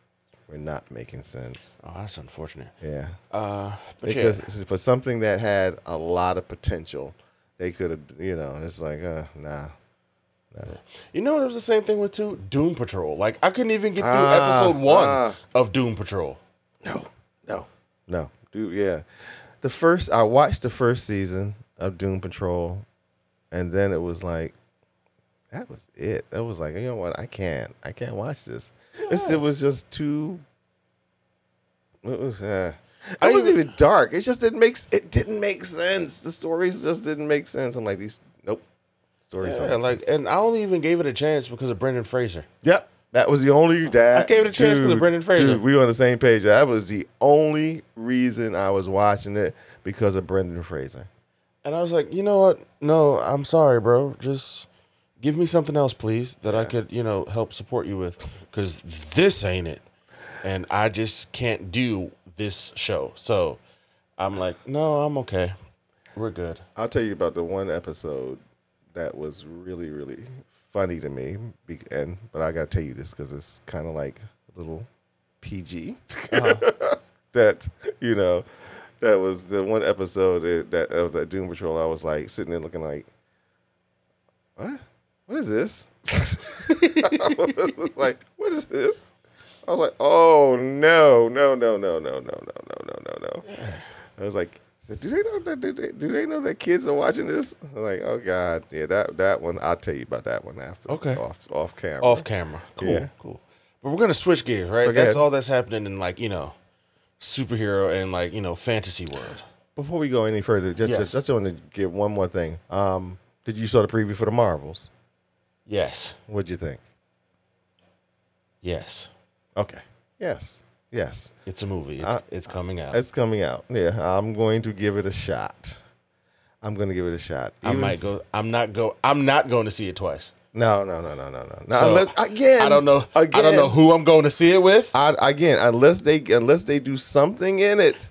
we're not making sense
oh that's unfortunate.
yeah
Uh, but yeah.
because for something that had a lot of potential they could have you know and it's like uh nah
You know, it was the same thing with too Doom Patrol. Like I couldn't even get through
Ah,
episode one
ah.
of Doom Patrol.
No, no, no. Dude, yeah. The first I watched the first season of Doom Patrol, and then it was like, that was it. That was like, you know what? I can't. I can't watch this. It's, it was just too. It was. Uh, it wasn't even dark. It just didn't make. s- It didn't make sense. The stories just didn't make sense. I'm like these. Nope. Stories.
Yeah,
don't-
like, and I only even gave it a chance because of Brendan Fraser.
Yep. That was the only that
I gave it a chance 'cause of
dude,
Brendan Fraser.
Dude, we were on the same page. That was the only reason I was watching it because of Brendan Fraser.
And I was like, you know what? No, I'm sorry, bro. Just give me something else, please, that I could, you know, help support you with, because this ain't it. And I just can't do this show. So I'm like, no, I'm okay. We're good.
I'll tell you about the one episode that was really, really funny to me. be- And but I gotta tell you this because it's kind of like a little PG.
Uh-huh.
that you know, that was the one episode that- that of that Doom Patrol. I was like sitting there looking like, what? What is this? *laughs* I was like, what is this? I was like, oh no, no, no, no, no, no, no, no, no, no, no. I was like, do they know that? Do they, do they know that kids are watching this? I was like, oh god, yeah, that that one. I'll tell you about that one after.
Okay.
off off camera.
Off camera. Cool,
Yeah.
cool. But we're gonna switch gears, right?
Okay.
That's all that's happening in like, you know, superhero and like, you know, fantasy world.
Before we go any further, just
Yes.
just, just want to give one more thing. Um, did you saw the preview for the Marvels?
Yes.
What'd you think?
Yes.
Okay. Yes. Yes.
It's a movie.
Uh,
It's, it's coming out.
It's coming out. Yeah, I'm going to give it a shot. I'm going to give it a shot.
I
Even-
might go. I'm not go. I'm not going to see it twice.
No, no, no, no, no, no. no
So,
Uh, unless, again,
I don't know.
Again,
I don't know who I'm going to see it with.
I, again, unless they unless they do something in it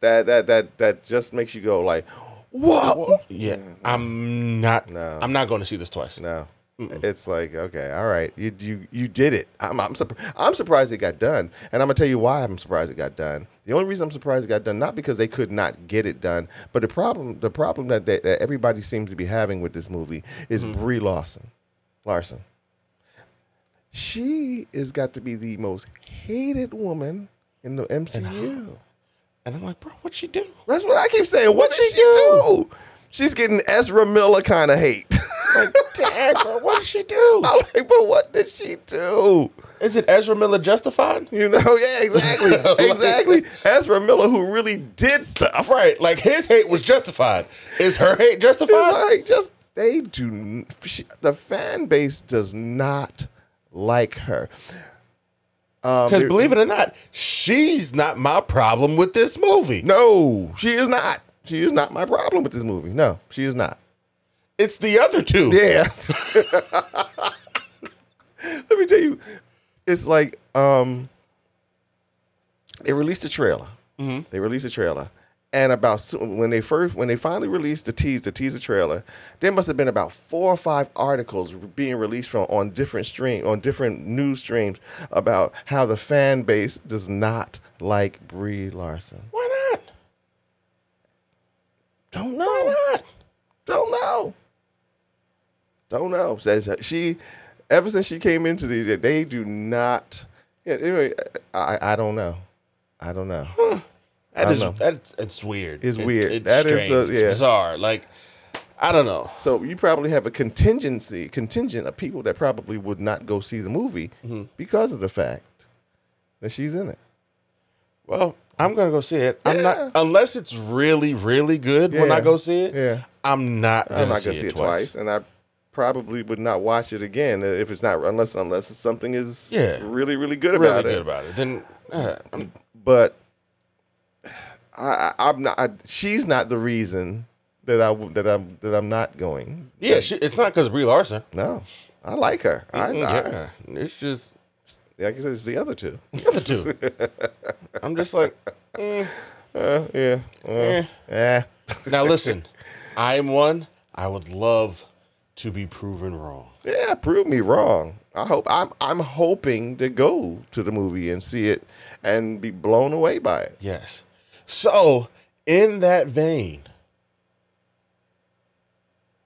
that that that that just makes you go like, whoa.
Yeah, I'm not.
No.
I'm not going to see this twice.
No. It's like okay, all right, you you you did it. I'm I'm, surp- I'm surprised it got done, and I'm gonna tell you why I'm surprised it got done. The only reason I'm surprised it got done not because they could not get it done, but the problem the problem that that, that everybody seems to be having with this movie is Brie Larson, Larson. She is got to be the most hated woman in the MCU.
And I'm like, bro, what'd she do?
That's what I keep saying. What did she do? She's getting Ezra Miller kind of hate. *laughs*
Like, dad, bro, what did she do?
I'm like, but what did she do?
Is it Ezra Miller justified?
You know, yeah, exactly, exactly. Ezra Miller, who really did stuff,
Right, like his hate was justified. Is her hate
It's
justified?
like just they do. n- She, the fan base does not like her. Um,
Because believe it or not, she's not my problem with this movie.
no, she is not. She is not my problem with this movie. No, she is not.
It's the other two.
Yeah. *laughs* Let me tell you, it's like um, they released a trailer. They released a trailer, and about soon, when they first when they finally released the tease, the teaser trailer, there must have been about four or five articles being released from on different stream on different news streams about how the fan base does not like Brie Larson.
Why not?
Don't know. Don't know. Don't know. Says that she. Ever since she came into the, they do not. Yeah, anyway, I I don't know. I don't know.
That
I
is
don't
that's it's weird.
It's weird.
It's
That is
strange.
so- yeah.
It's bizarre. Like I don't know.
So you probably have a contingency contingent of people that probably would not go see the movie
Mm-hmm.
because of the fact that she's in it.
Well, I'm gonna go see it. I'm
Yeah.
not unless it's really, really good when I
Yeah.
go see it.
Yeah.
I'm not gonna,
I'm not
see, it, twice.
and I probably would not watch it again if it's not unless unless something is
Yeah.
really really good
Really
about
good
it.
about it. Then uh, I'm-
but I, I, I'm not. I, she's not the reason that I w- that I'm that I'm not going.
yeah, she, it's not because Brie Larson.
No, I like her. I,
Mm,
I,
yeah. It's just
like I said, it's the other two.
the other two.
*laughs*
I'm just like mm.
Uh, yeah. Uh,
Eh.
eh.
*laughs* now. Listen, I am one. I would love to be proven wrong.
Yeah. Prove me wrong. I hope I'm I'm hoping to go to the movie and see it and be blown away by it.
Yes. So, in that vein,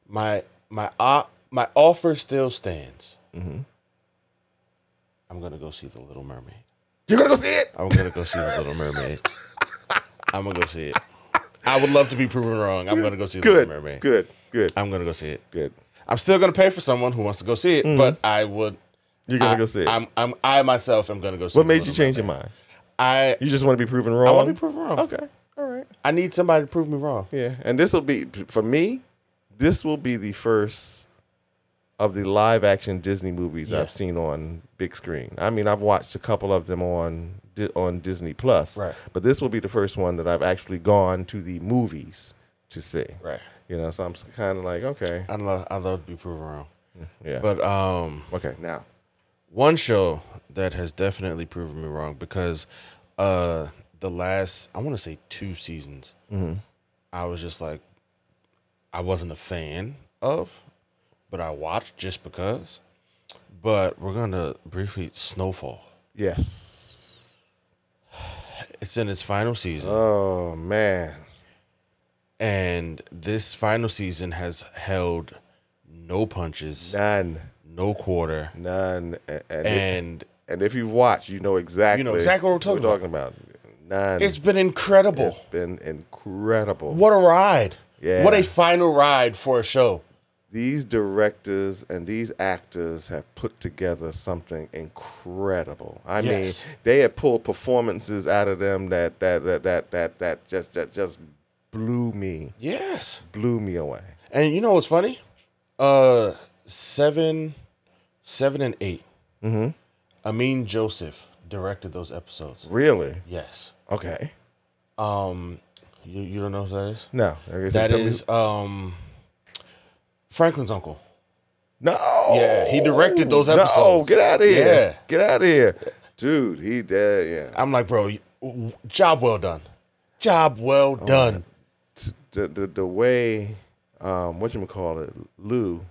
my my uh, my offer still stands. I'm gonna go see the Little Mermaid.
You're gonna go see it.
I'm gonna go see the Little Mermaid. *laughs* I'm gonna go see it. I would love to be proven wrong. I'm gonna go see the
Good.
Little Mermaid.
Good. Good.
I'm gonna go see it.
Good.
I'm still gonna pay for someone who wants to go see it, but I would.
You're gonna
I,
go see it.
I'm, I'm, I myself am gonna go see.
what made you
Little
change
Mermaid.
your mind?
I
You just want to be proven wrong.
I want to be proven wrong.
Okay, all right.
I need somebody to prove me wrong.
Yeah, and this will be for me. This will be the first of the live action Disney movies
Yeah.
I've seen on big screen. I mean, I've watched a couple of them on Di- on Disney Plus,
Right.
But this will be the first one that I've actually gone to the movies to see,
Right.
You know, so I'm kind of like, okay,
I'd love, I'd love to be proven wrong.
yeah,
But um,
okay, now,
one show that has definitely proven me wrong because uh, the last I want to say two seasons,
Mm-hmm.
I was just like, I wasn't a fan of, but I watched just because. But we're gonna briefly Snowfall.
yes,
It's in its final season.
oh man,
and this final season has held no punches,
none,
no quarter,
none, and and, if,
and
and if you've watched, you know exactly,
exactly what we're talking
talking about. None.
it's been incredible.
It's been incredible.
what a ride!
Yeah.
What a final ride for a show.
These directors and these actors have put together something incredible. I
Yes.
mean, they have pulled performances out of them that that that that that, that just that just blew me
Yes,
blew me away.
and you know what's funny? Uh, seven, seven and 8 Mm-hmm. Amin Joseph directed those episodes.
Really?
Yes.
Okay.
Um, you you don't know who that is?
No. Okay, so
That
tell me-
is um, Franklin's uncle.
no.
Yeah, he directed those
No,
episodes.
get out of here.
Yeah.
Get out of here. Dude, he did. Yeah.
I'm like, bro, you- job well done. Job well
Oh,
done.
t- the the, the way um what you call it Lou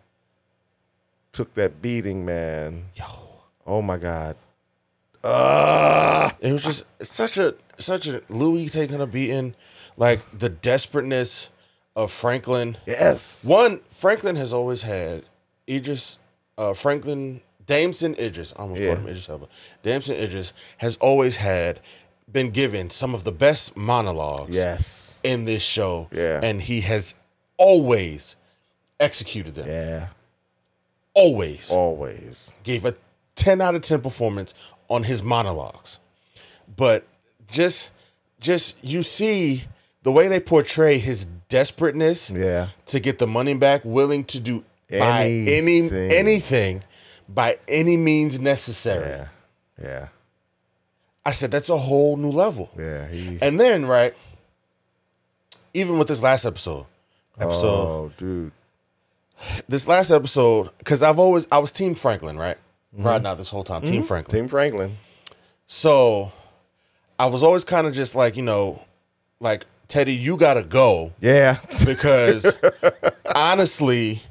took that beating man
Yo.
oh my god ah
It was just such a such a Louis taking a beating, like the desperateness of Franklin.
yes
One, Franklin has always had Idris, uh, Franklin, Damson Idris, I almost
Yeah.
called him Idris Elba. Damson Idris has always had, been given some of the best monologues
yes
in this show.
Yeah.
And he has always executed them.
yeah
Always.
always
gave a 10 out of 10 performance on his monologues. But just just you see the way they portray his desperateness
yeah
to get the money back, willing to do by any
Anything.
anything by any means necessary.
yeah yeah
I said that's a whole new level.
yeah he,
And then, right, even with this last episode, episode
oh dude
this last episode, because I've always I was Team Franklin, right?
Mm-hmm.
Right now this whole time, Team Franklin.
Tim Franklin
So I was always kind of just like, you know, like Teddy, you gotta go
yeah
because honestly,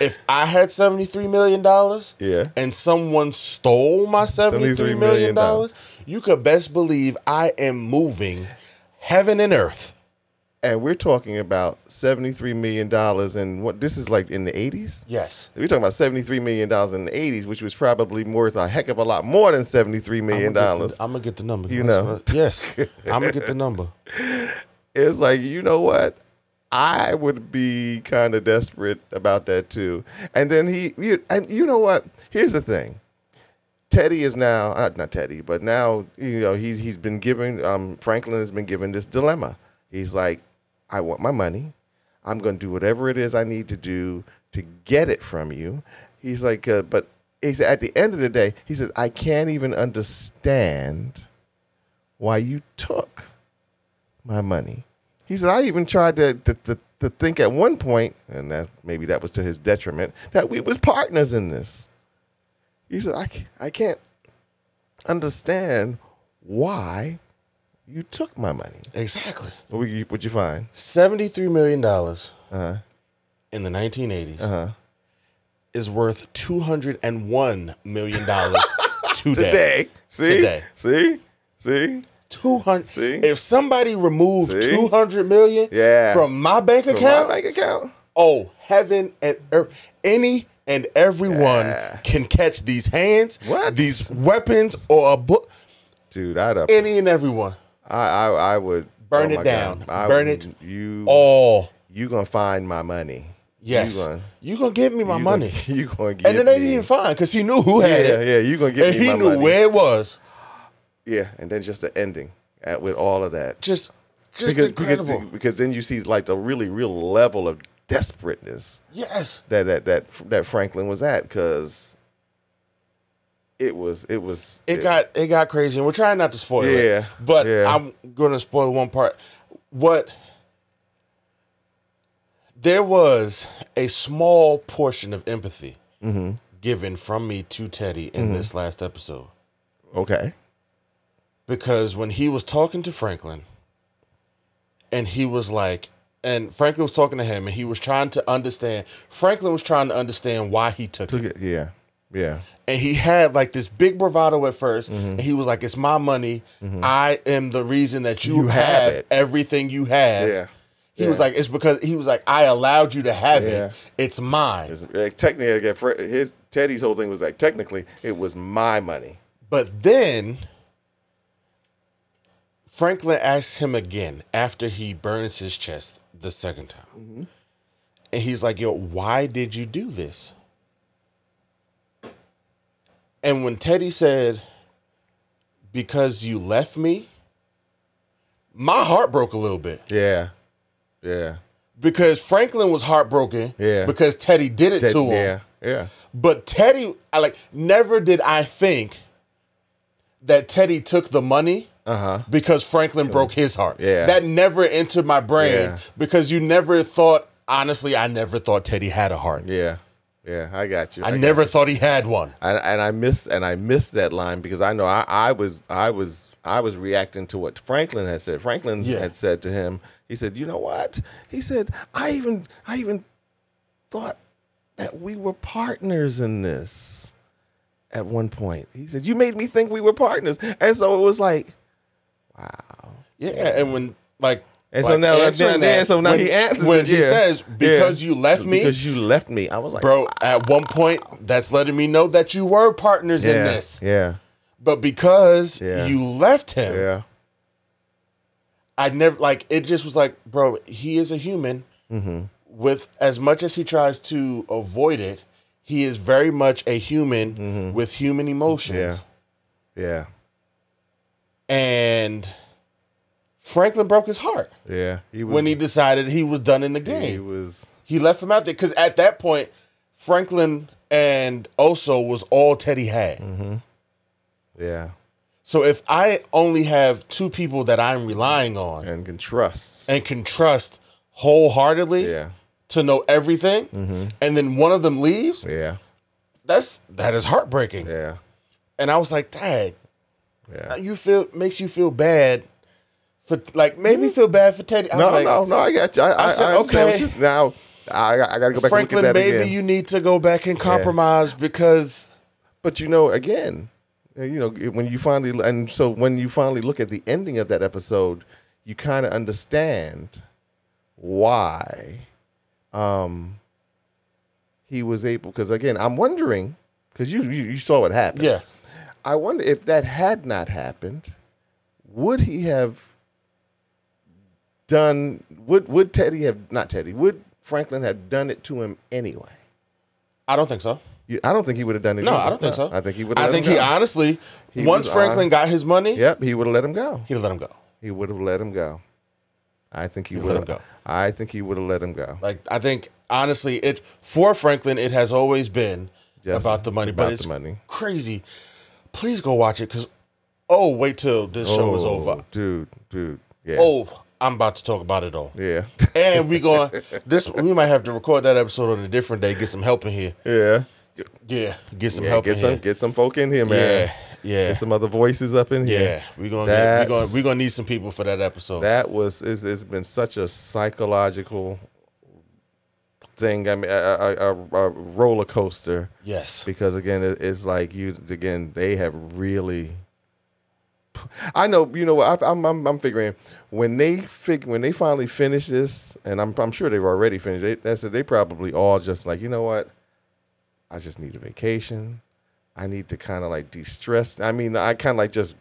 if I had seventy three million dollars,
Yeah.
and someone stole my seventy three million dollars, you could best believe I am moving heaven and earth.
*laughs* and we're talking about 73 million dollars and what this is like in the 80s
Yes,
We're talking about seventy-three million dollars in the '80s, which was probably worth a heck of a lot more than seventy-three million dollars.
I'm gonna get the number.
You
Let's
know. *laughs*
go. yes, I'm gonna get the number.
It's like you know what? I would be kind of desperate about that too. And then he, you, and you know what? Here's the thing: Teddy is now uh, not Teddy, but now you know he's he's been given. Um, Franklin has been given this dilemma. He's like, I want my money. I'm going to do whatever it is I need to do to get it from you. He's like, uh, but he said at the end of the day, he says, I can't even understand why you took my money. He said, I even tried to, to, to, to think at one point, and that maybe that was to his detriment, that we was partners in this. He said, I, ca- I can't understand why you took my money.
Exactly,
What would you, what'd you find?
seventy three million dollars
Uh-huh.
in the nineteen eighties.
Uh-huh.
is worth two hundred and one million
*laughs*
dollars today.
Today. See?
Today.
See? See?
Two
See?
hundred. If somebody removed
See?
two hundred million
Yeah.
from my bank
From my
account,
bank account.
oh heaven and earth, any and everyone
Yeah.
can catch these hands,
What?
these weapons, or a book.
Dude, I'd up.
Any and everyone,
I, I, I would
Burn
oh
it
my
down.
God. I
Burn
would-
it
You,
all.
you gonna find my money.
Yes.
You gonna-
You gonna give me my
you
money.
Gonna, *laughs* you gonna get
and then they
me.
didn't even find because he knew who
Yeah,
had
yeah,
it.
you gonna get
And
me
he
my
knew
money.
where it was.
Yeah, and then just the ending at, with all of that.
Just just
because,
incredible.
because then you see like the really real level of desperateness
yes.
that that that that Franklin was at because it was it was
It got it got crazy, and we're trying not to spoil it.
Yeah,
But
yeah.
I'm gonna spoil one part. What there was a small portion of empathy
Mm-hmm.
given from me to Teddy in this last episode.
okay.
because when he was talking to Franklin, and he was like, and Franklin was talking to him, and he was trying to understand. Franklin was trying to understand why he took
Took
it,
it, yeah, yeah,
and he had like this big bravado at 1st
Mm-hmm.
and he was like, "It's my money. I am the reason that you,
You have
have,
it.
everything you have."
yeah.
He was
Yeah.
like, "It's because he was like, I allowed you to have
Yeah.
it. It's mine."
It's- uh, like, technically, again, Fre- his Teddy's whole thing was like technically it was my money.
But then Franklin asks him again after he burns his chest the second time. And he's like, Yo, why did you do this? And when Teddy said, Because you left me, my heart broke a little bit
Yeah, yeah,
because Franklin was heartbroken
Yeah.
because Teddy did it
Ted-
to him.
yeah, yeah.
But Teddy, I like never did I think that Teddy took the money
Uh huh.
because Franklin broke his heart.
Yeah.
That never entered my brain
Yeah.
because you never thought honestly, I never thought Teddy had a heart.
Yeah, yeah. I got you.
I,
got
never thought he had one.
and, and I missed and I missed that line because I know I, I was I was I was reacting to what Franklin had said. Franklin
Yeah.
had said to him, he said, "You know what?" He said, "I even I even thought that we were partners in this." At one point, he said, "You made me think we were partners," and so it was like,
Yeah. And when like
and so
like,
now,
answering
now-
that,
so now
when-
he answers
when
it,
he
yeah.
says
Yeah.
because you left me,
because you left me. I was like,
bro. At one point, that's letting me know that you were partners
yeah,
in this,
yeah,
but because
Yeah.
you left him,
yeah,
I never like it. Just was like, bro, he is a human.
Mm-hmm.
With as much as he tries to avoid it, he is very much a human with human
Mm-hmm. yeah,
emotions.
yeah,
And Franklin broke his heart
yeah. He was,
when he decided he was done in the game.
Mm-hmm. he was.
He left him out there because at that point, Franklin and Oso was all Teddy had.
Mm-hmm. Yeah,
So if I only have two people that I'm relying on
and can trust.
and can trust wholeheartedly,
Yeah, Mm-hmm.
to know everything and then one of them leaves
yeah,
that's that is heartbreaking
yeah,
and i was like dad
yeah.
you feel makes you feel bad for like made me feel bad for teddy I
Mm-hmm. No,
was like,
no, no. I got you. I, I,
I said,
I understand what
okay.
you- now I, I got to go back
franklin
and look at that
maybe
again.
you need to go back and compromise because
but you know, again, uh, you know, when you finally and so when you finally look at the ending of that episode, you kind of understand why um he was able. Because again, I'm wondering because you, you you saw what happened.
Yeah.
I wonder if that had not happened, would he have done? Would would Teddy have not Teddy? Would Franklin have done it to him anyway?
i don't think so
You, I don't think he would have done it.
no
either.
i don't think so
I think he would.
i think he honestly
He
once
was uh,
franklin
on-
got his money
Yep, he would have let him go.
he let him go
He would have let him go. I think he
He
would
let
have.
him go.
I think he would have let him go.
like i think honestly it for franklin it has always been
Yes,
about the money
about
but it's
the money.
crazy please go watch it because oh wait till this show is over
Oh, dude, dude. Yeah.
oh i'm about to talk about it all
yeah, *laughs*
and we going this we might have to record that episode on a different day get some help in here
yeah.
yeah get some
Yeah,
help
get
in
some,
here
get some folk in here, man.
yeah yeah
Get some other voices up in here.
yeah we're gonna get,
That-
we gonna we gonna need some people for that episode
that was it's, it's been such a psychological thing i mean a, a, a, a roller coaster
yes
because again it, it's like you again they have really i know you know what I, I'm, I'm i'm figuring when they fig when they finally finish this and i'm, I'm sure they've already finished it that's it they probably all just like you know what i just need a vacation i need to kind of like de-stress i mean i kind of like just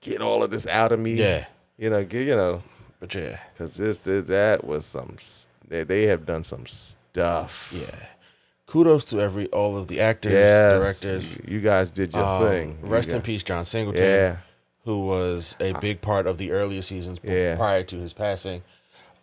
get all of this out of me
yeah
you know, get, you know,
but yeah
because this, this, that was some. s- They, they have done some stuff.
Yeah. Kudos to every all of the actors,
Yes,
directors.
you- You guys did your
Um,
thing. You
Rest in
guys-
peace, John Singleton,
Yeah. Uh,
who was a big part of the earlier seasons p-
Yeah.
prior to his passing.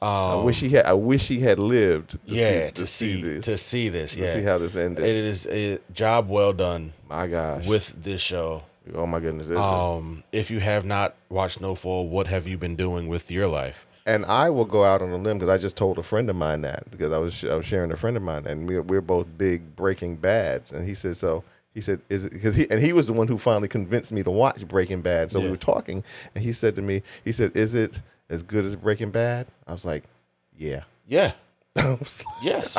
I wish he had. I wish he had lived. To
yeah,
see,
to, see,
this.
to see this.
To
Yeah,
see how this ended.
it is a job well done
my gosh.
with this show.
oh my goodness. it is-
Um, if you have not watched Snowfall, what have you been doing with your life?
and I will go out on a limb because I just told a friend of mine that because I was sh- I was sharing a friend of mine and we we're both big Breaking Bads and he said so he said is it because he and he was the one who finally convinced me to watch Breaking Bad so we
Yeah.
were talking and he said to me he said is it as good as Breaking Bad I was like yeah *laughs*
Yeah,
I was like- *laughs*
yes,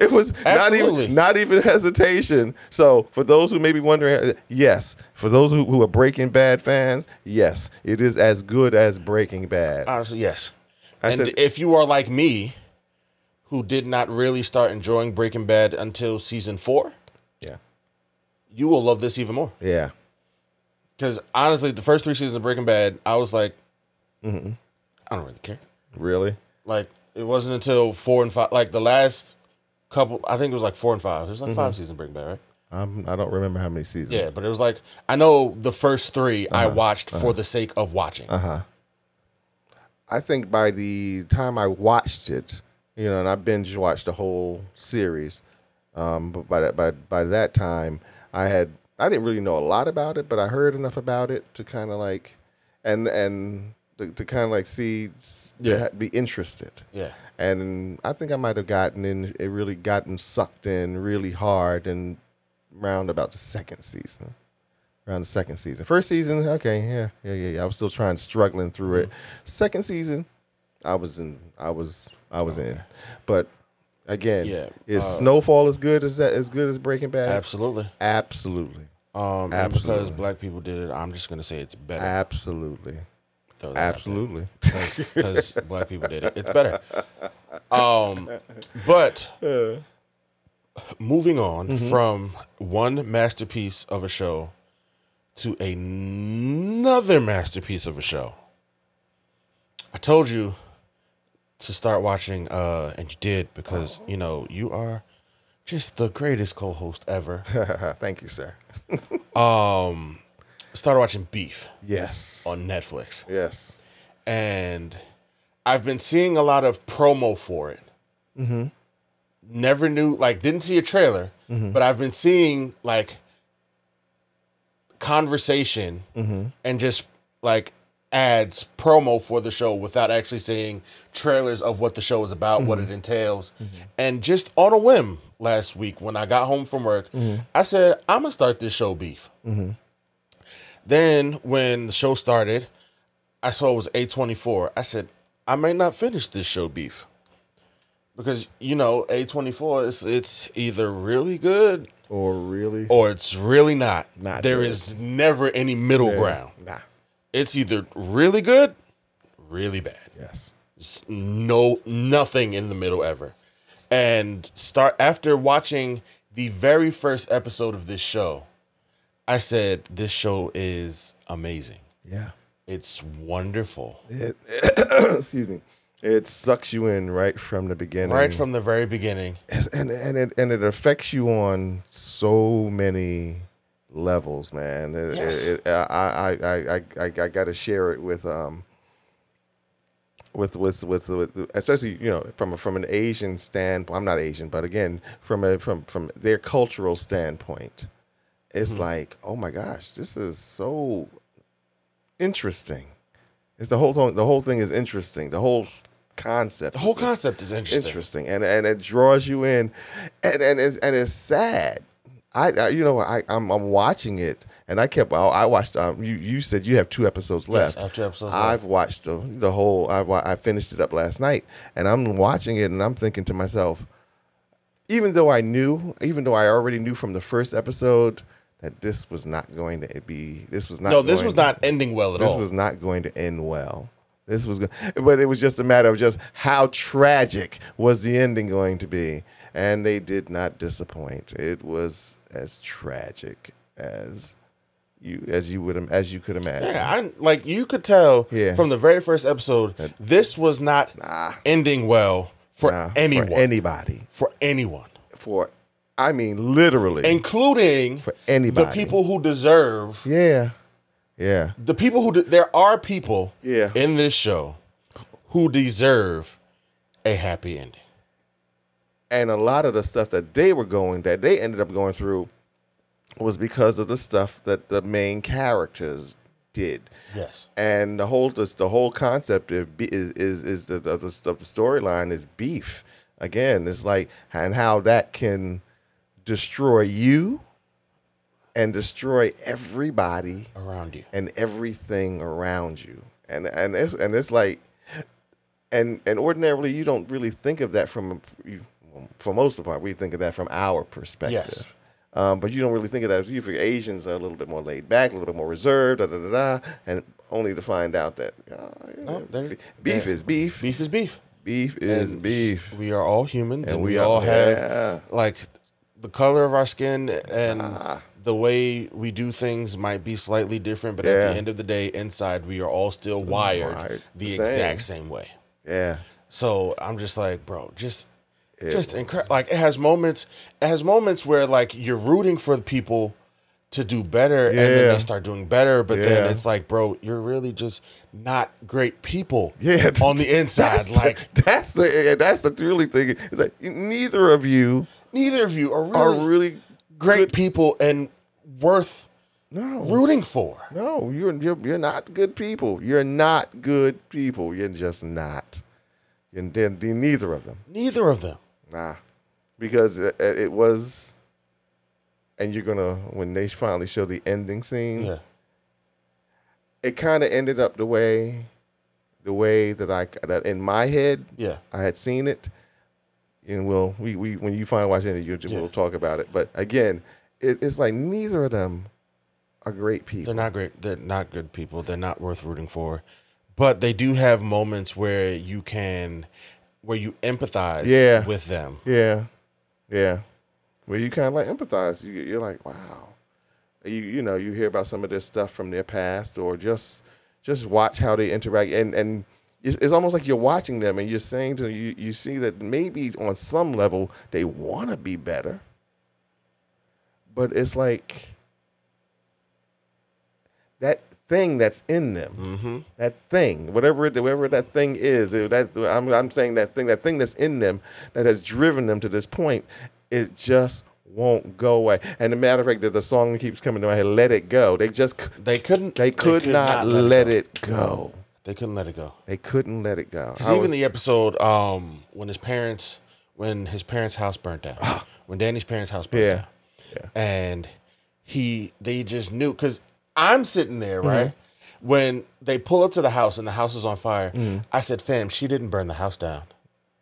it was not
Absolutely.
even not even hesitation. So for those who may be wondering, uh, yes. For those who, who are Breaking Bad fans, yes, it is as good as Breaking Bad.
honestly, yes.
I
and
said-
if you are like me, who did not really start enjoying Breaking Bad until season four,
yeah,
you will love this even more.
yeah,
Because honestly, the first three seasons of Breaking Bad, I was like, I don't really care.
really.
Like it wasn't until four and five, like the last couple, I think it was like four and five. There's like five seasons of Breaking Bad, right?
Um, I don't remember how many seasons.
Yeah, but it was like I know the first three I watched for the sake of watching.
I think by the time I watched it, you know, and I binge watched the whole series, um, but by that by by that time, I had I didn't really know a lot about it, but I heard enough about it to kind of like, and and to, to kind of like see,
Yeah.
yeah. be interested.
Yeah.
and I think I might have gotten in, it really gotten sucked in really hard, and round about the second season. Around the second season, first season, okay, yeah, yeah, yeah, yeah. I was still trying, struggling through
Mm-hmm.
it. Second season, I was in, I was, I was in, but again,
Oh, Yeah,
is
uh,
Snowfall as good as that? As good as Breaking Bad?
Absolutely.
Absolutely,
Um, and because
Absolutely.
black people did it, I'm just gonna say it's better.
absolutely,
Throw that out there.
absolutely.
because black people did it. It's better. Um, but moving on from one masterpiece of a show to another masterpiece of a show. I told you to start watching, uh, and you did because you know you are just the greatest co-host ever.
*laughs* Thank you, sir.
um, started watching Beef
Yes,
on Netflix
yes,
and I've been seeing a lot of promo for it. Mm-hmm. Never knew, like, didn't see a trailer, but I've been seeing like conversation and just like ads promo for the show without actually seeing trailers of what the show is about, what it entails, and just on a whim last week when I got home from work, I said I'm gonna start this show beef. Then when the show started, I saw it was A24. I said, I may not finish this show beef. Because you know, A24 is it's either really good
or really,
or it's really not.
Not
There
good.
is never any middle ground.
nah,
It's either really good, really bad.
yes,
It's no nothing in the middle ever. And start after watching the very first episode of this show, I said this show is amazing.
yeah.
It's wonderful.
It, *coughs* excuse me. It sucks you in right from the beginning,
right from the very beginning.
Yes, and and it and it affects you on so many levels, man. It,
Yes.
it- I, I, I, I, I, I got to share it with um with, with with with especially you know from a, from an Asian standpoint. I'm not Asian, but again from a from from their cultural standpoint,
Mm-hmm.
it's like oh my gosh, this is so interesting. It's the whole thing. The whole thing is interesting. The whole concept.
The whole
is
concept is interesting.
interesting and and it draws you in and and it's, and it's sad I, I you know I I'm, I'm watching it and I kept I, I watched um you you said you have two episodes left
I have two episodes left.
I've watched the, the whole I wa- I finished it up last night and I'm watching it and I'm thinking to myself even though I knew even though I already knew from the first episode that this was not going to be this was not
No, this
going-
was not ending well at
this
all.
was not going to end well. This was, go- but it was just a matter of just how tragic was the ending going to be, and they did not disappoint. It was as tragic as you as you would im- as you could imagine. *coughs*
yeah, I like you could tell
Yeah.
from the very first episode, this was not ending well for
Nah,
anyone,
for anybody,
for anyone,
for I mean, literally,
including
for anybody.
the people who deserve.
Yeah, yeah.
The people who de- there are people
Yeah.
in this show who deserve a happy ending.
and a lot of the stuff that they were going that they ended up going through was because of the stuff that the main characters did
Yes.
and the whole just the whole concept of be- is is, is the the, the, the storyline is beef again it's like and how that can destroy you and destroy everybody
Around you.
and everything around you. And and it's and it's like, and and ordinarily you don't really think of that from you, for most of the part. We think of that from our perspective.
Yes.
Um, but you don't really think of that. You figure Asians are a little bit more laid back, a little bit more reserved, da da da, da and only to find out that uh,
No, they're-
beef
they're-
is beef.
Beef is beef.
Beef is
And
beef.
We are all humans and,
And
we,
we are-
all have
yeah.
like the color of our skin and
Ah.
the way we do things might be slightly different, but at
Yeah.
the end of the day, inside we are all still wired,
Wired
the
the same.
exact same way.
Yeah. *laughs*
So I'm just like, bro, just
It
just incredible. Like it has moments, it has moments where like you're rooting for the people to do better, and then
Yeah.
they start doing better. But
Yeah.
then it's like, bro, you're really just not great people.
Yeah,
*laughs* on the inside,
*laughs* That's the- *laughs*
like
that's the that's the truly thing. It's like neither of you
neither of you are really,
are really
great people and worth
no
rooting for.
No, you're, you're you're not good people. You're not good people. You're just not. And then then neither of them.
Neither of them.
Nah, because it, it was. And you're gonna when they finally show the ending scene.
Yeah.
It kind of ended up the way, the way that I that in my head
Yeah.
I had seen it, and we'll we, we when you finally watch it, you
Yeah.
we'll talk about it. But again, it, it's like neither of them are great people.
They're not great. They're not good people. They're not worth rooting for. But they do have moments where you can, where you empathize
Yeah.
with them.
Yeah, yeah. Where you kind of like empathize. You, you're like, wow. You you know you hear about some of this stuff from their past, or just just watch how they interact, and and it's, it's almost like you're watching them, and you're saying to you you see that maybe on some level they want to be better, but it's like that thing that's in them
Mm-hmm.
that thing, whatever it, whatever that thing is, if that I'm, I'm saying that thing, that thing that's in them that has driven them to this point, it just won't go away. And the matter of fact, that the song keeps coming to my head, "Let It Go." They just c-
They couldn't.
they could,
could
not, let, it, go.
They couldn't let it go.
They couldn't let it go.
Because
I was-
even the episode um, when his parents, when his parents' house burnt down, when Danny's parents' house burnt
Ah. Yeah.
down,
Yeah.
and he, they just knew. Because I'm sitting there,
Mm-hmm.
right, when they pull up to the house and the house is on fire.
Mm-hmm.
I said, "Fam, she didn't burn the house down."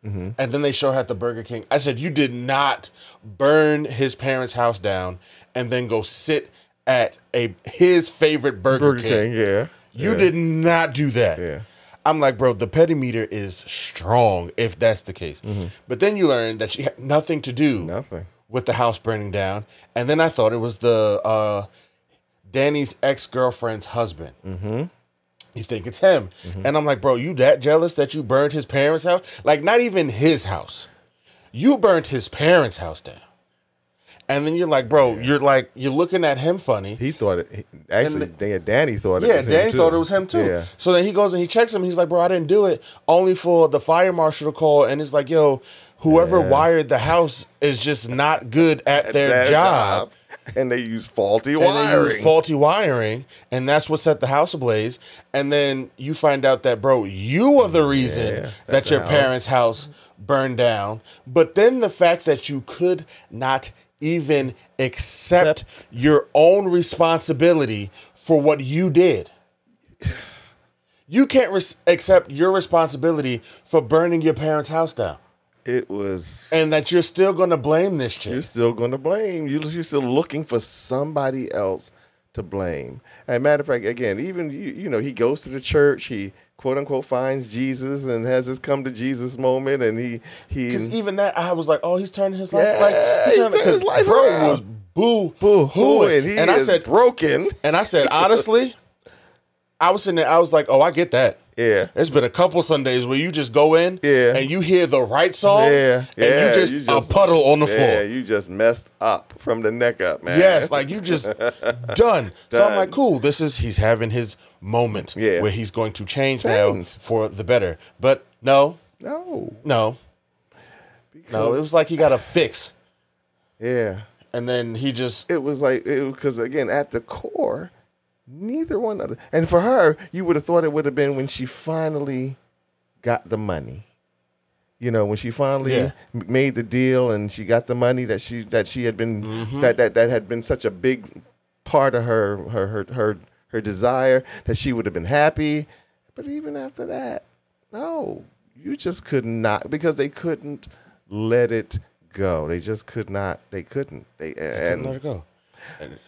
And then they show her at the Burger King. I said, "You did not burn his parents' house down, and then go sit at a his favorite
*laughs*
Burger,
Burger King,
King.
yeah,
You
yeah.
did not do that.
Yeah.
I'm like, bro, the petty meter is strong if that's the case. But then you learn that she had nothing to do
Mm-hmm. nothing.
with the house burning down. And then I thought it was the uh, Danny's ex girlfriend's husband. Mm-hmm. You think it's him.
Mm-hmm.
And I'm like, bro, you that jealous that you burned his parents' house? Like, not even his house. You burned his parents' house down. And then you're like, bro, you're like, you're looking at him funny.
He thought it. he- Actually,
And
Dan- Danny thought it.
Yeah,
was him,
Danny
too.
thought it was him too.
Yeah,
So then he goes and he checks him. He's like, "Bro, I didn't do it." Only for the fire marshal to call, and it's like, "Yo, whoever
Yeah.
wired the house is just not good at their
That
job."
and they use faulty
And they
wiring.
used faulty wiring, and that's what set the house ablaze. And then you find out that, bro, you are the reason
Yeah, that
that
the
your
house-
parents' house burned down. But then the fact that you could not even accept your own responsibility for what you did. You can't res- accept your responsibility for burning your parents' house down,
it was
and that you're still going to blame this chick.
You're still going to blame. You- You're still looking for somebody else to blame. And matter of fact, again, even you, you know, he goes to the church. He quote unquote finds Jesus and has his come to Jesus moment, and he
Because
he
even that, I was like, oh, he's turning his life
Mm. Yeah,
like
he's
turning-
turning his
'cause
life
bro
around.
was boo
boo
hooing,
hooing. He
and I
is
said,
broken.
and I said honestly, I was sitting there, I was like, oh, I get that.
Yeah.
There's been a couple Sundays where you just go in
Yeah.
and you hear the right song
Yeah,
and
yeah,
you, just,
you
a
just-
puddle on the
Yeah,
floor.
you just messed up from the neck up, man.
Yes, like
*laughs*
you just done. So I'm
Done.
like, cool. This is he's having his moment
Yeah.
where he's going to change, now
Change.
for the better. But no,
no,
no, no. It was like he got a fix,
yeah.
and then he just
It was like because again, at the core, neither one other. And for her, you would have thought it would have been when she finally got the money. You know, when she finally
Yeah.
m- made the deal and she got the money that she that she had been
Mm-hmm.
that, that that had been such a big part of her her her her, her desire that she would have been happy. But even after that, no, you just could not because they couldn't let it go. They just could not. They couldn't. They,
and
and
let it go.
and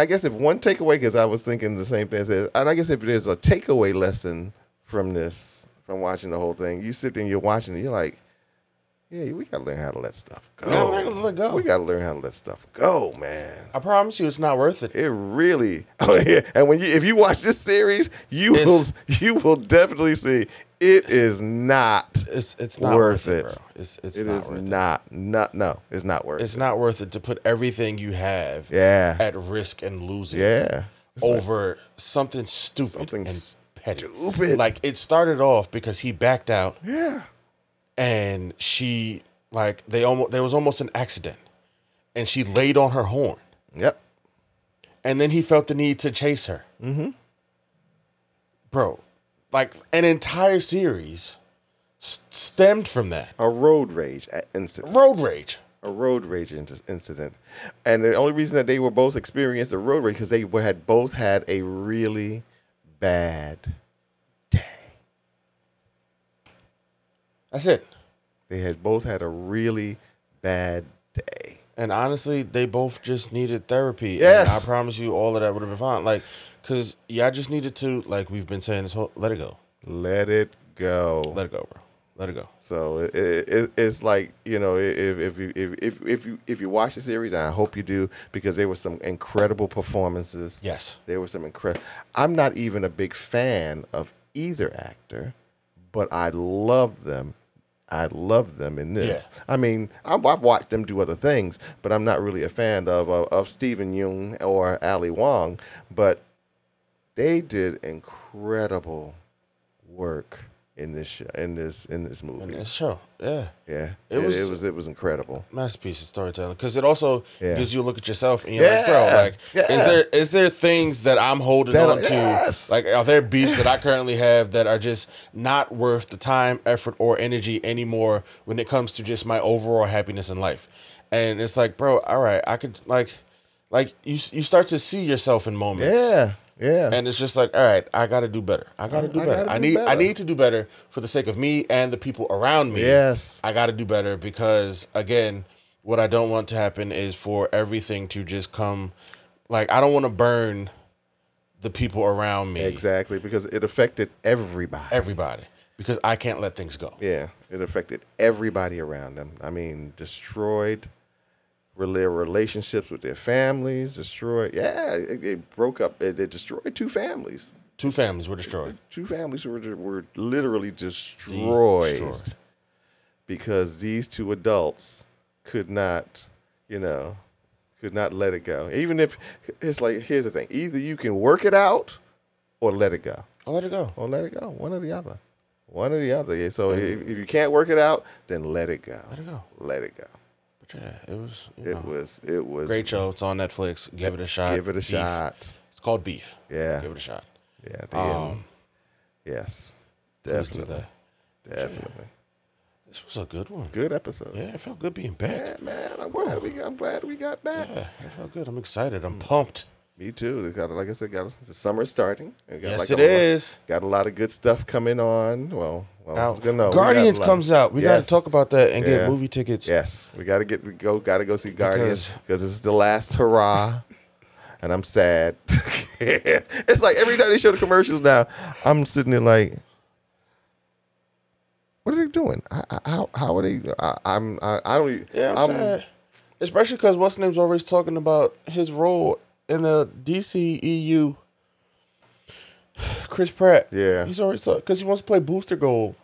I guess if one takeaway, because I was thinking the same thing, says, and I guess if there's a takeaway lesson from this, from watching the whole thing, you sit there and you're watching it, you're like, yeah, we gotta learn how to let stuff go.
gotta learn to let go.
We gotta learn how to let stuff go, man.
I promise you, it's not worth it.
It really, *laughs* oh yeah. And when you, if you watch this series, you
It's-
will, you will definitely see it is not.
It's it's not worth,
Worth
it,
it.
bro. It's it's
It
not
is
worth it.
not, not, no, it's not worth
It's
it.
not worth it to put everything you have
Yeah,
at risk and losing.
yeah. It's like,
over something stupid
Something
and petty.
stupid.
Like it started off because he backed out
yeah,
and she like they almost there was almost an accident and she laid on her horn
yep.
and then he felt the need to chase her. Mhm. Bro, like an entire series s- stemmed from that.
A road rage at incident.
Road rage.
a road rage in- incident, and the only reason that they were both experienced a road rage because they were, had both had a really bad day.
That's it.
They had both had a really bad day.
And honestly, they both just needed therapy.
Yes.
And I promise you, all of that would have been fine. Like, cause yeah, I just needed to, like we've been saying this whole, let it go,
Let it go.
let it go, bro, let it go.
so it, it, it's like you know if if you if, if if you if you watch the series, and I hope you do because there were some incredible performances.
Yes.
There were some incredible. I'm not even a big fan of either actor, but I love them. I love them in this.
Yeah.
I mean, I, I've watched them do other things, but I'm not really a fan of of, of Stephen Yeun or Ali Wong. But they did incredible work in this show, in this in this movie.
And it's show, yeah,
yeah,
It
it, was,
was-
it was it was incredible.
masterpiece of storytelling. Cause it also
Yeah.
gives you a look at yourself, and you're like, bro,
Yeah.
like, is
Yeah.
there is there things that I'm holding
That-
on to?
yes.
Like, are there beats that I currently have that are just not worth the time, effort, or energy anymore when it comes to just my overall happiness in life? And it's like, bro, all right, I could like, like you you start to see yourself in moments.
Yeah, yeah.
And it's just like, all right, I got to do better. I got to do
I
better.
gotta
I
do
need I
better.
need to do better for the sake of me and the people around me.
Yes.
I got to do better because again, what I don't want to happen is for everything to just come like I don't want to burn the people around me.
exactly because it affected everybody.
Everybody because I can't let things go.
Yeah, it affected everybody around them. I mean, destroyed rela- their relationships with their families. Destroyed. Yeah, it, it broke up. It, it destroyed two families.
Two families were destroyed.
Two families were were literally destroyed,
Destroyed.
because these two adults could not, you know, could not let it go. Even if it's like, here's the thing: either you can work it out, or let it go
I'll let it go.
or let it go. One or the other. One or the other. Yeah, So if, if you can't work it out, then let it go.
Let it go.
Let it go.
But yeah, it was you
It
know,
was. It was.
great show. It's on Netflix. Give it a shot.
Give it a
Beef.
shot.
It's called Beef.
Yeah.
Give it a shot.
Yeah. The end.
Um,
Yes.
please do
Definitely.
that.
Definitely.
This was a good one.
Good episode.
Yeah, it felt good being back.
Yeah, man. I'm glad we. I'm glad we got back.
Yeah, I felt good. I'm excited. I'm pumped.
Me too. It's Got, like I said, got the summer starting. It got
Yes,
like
it
a lot-
is.
Got a lot of good stuff coming on. Well, well
Out.
no, Oh, we got a
Guardians
lot.
comes out. We got to
Yes.
talk about that and get
Yeah.
movie tickets.
Yes, we gotta get go. Gotta go see Guardians
Because-
because this is the last hurrah, and I'm sad. *laughs* it's like every time they show the commercials now, I'm sitting there like, what are they doing? I, I, how how are they? I, I'm I, I don't. e, even-
Yeah, I'm, sad. Especially because what's name's always talking about his role in the DCEU E *sighs* Chris Pratt.
Yeah.
He's already so because he wants to play Booster Gold.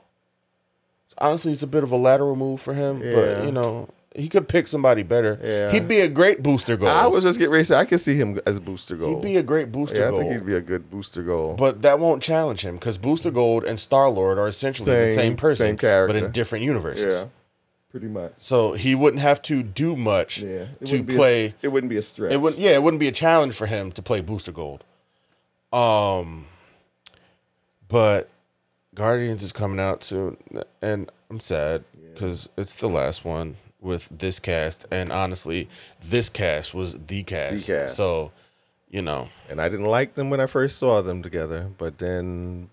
So honestly, it's a bit of a lateral move for him,
Yeah.
but you know he could pick somebody better.
Yeah.
He'd be a great Booster Gold.
I was just getting ready to say I could see him as a booster
He'd
goal.
be a great Booster
yeah, I
Gold.
think he'd be a good booster goal.
But that won't challenge him because Booster Gold and Star Lord are essentially the
Same-
same person,
same character.
but in different universes.
yeah, pretty much.
So he wouldn't have to do much
Yeah, it
to
wouldn't be a-
play.
it wouldn't be a stretch.
It wouldn't. Yeah, it wouldn't be a challenge for him to play Booster Gold. Um, but Guardians is coming out soon, and I'm sad because it's the last one with this cast, and honestly, this cast was the cast.
The cast.
So, you know,
and I didn't like them when I first saw them together, but then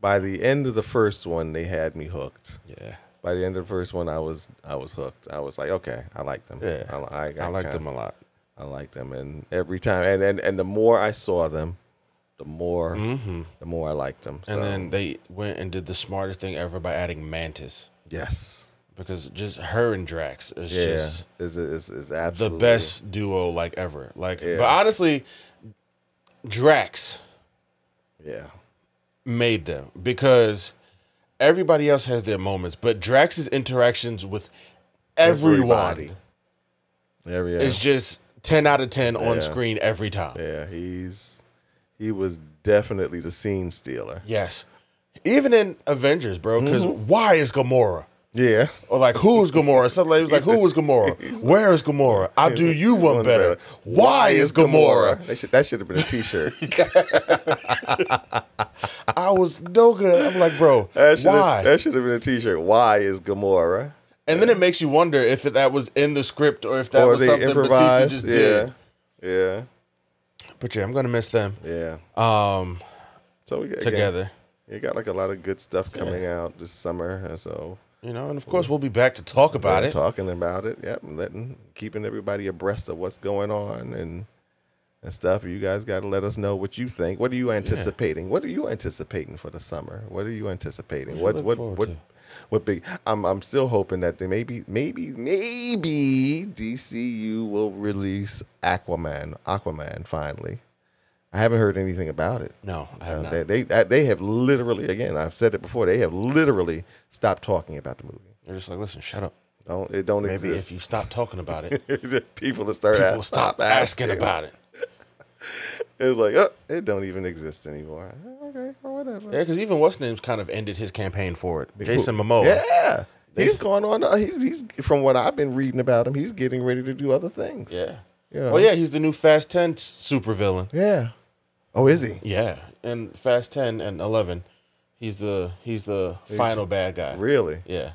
by the end of the first one, they had me hooked.
yeah,
By the end of the first one, I was I was hooked. I was like, okay, I like them.
Yeah,
I, I,
I like
kinda-
them a lot.
I liked them, and every time, and and, and the more I saw them, the more the more I liked them. So,
Mm-hmm. And then they went and did the smartest thing ever by adding Mantis
yes,
because just her and Drax is
yeah,
just
is is is
the
absolutely
best duo like ever. Like,
Yeah.
but honestly, Drax
Yeah,
made them because everybody else has their moments, but Drax's interactions with everyone
Everybody. every
is just ten out of ten on
Yeah.
screen every time.
yeah, he's he was definitely the scene stealer.
Yes, even in Avengers, bro. Because
Mm-hmm.
why is Gamora?
Yeah,
Or like, who's Gamora? Somebody was like, who was Gamora? Where is Gamora? I do you one better. Why is Gamora?
That should that should have been a T-shirt.
I was no good. I'm like, bro,
*laughs* That should
why?
Have, that should have been a T-shirt. Why is Gamora?
and then it makes you wonder if that was in the script or if that
or
was
they
something Batista
improvised?
just
Yeah,
did.
yeah,
But yeah, I'm gonna miss them.
yeah.
Um,
So we got again,
together,
You got like a lot of good stuff coming out this summer, and so
you know, and of course we'll be back to talk about
we're
it.
talking about it. Yep, and letting keeping everybody abreast of what's going on and and stuff. You guys got to let us know what you think. What are you anticipating? What are you anticipating for the summer? What are you anticipating?
you
What
look
what
forward
what,
to?
what big? I'm I'm still hoping that they maybe maybe maybe DCU will release Aquaman Aquaman finally. I haven't heard anything about it.
No, I have
Uh,
not.
they, they uh, they have literally again. I've said it before. They have literally stopped talking about the movie.
They're just like, listen, shut up.
Don't it don't
Maybe
exist.
if you stop talking about it,
people to start
people
ask-
stop asking about it.
It was like, oh, it don't even exist anymore. Okay, or whatever.
Yeah, because even what's names kind of ended his campaign for it. Jason Momoa.
Yeah, he's going on. uh, He's he's from what I've been reading about him. He's getting ready to do other things.
Yeah.
Yeah.
Oh yeah, he's the new Fast Ten supervillain.
yeah. Oh, is he
Yeah, and Fast Ten and Eleven, he's the he's the final bad guy.
really?
Yeah.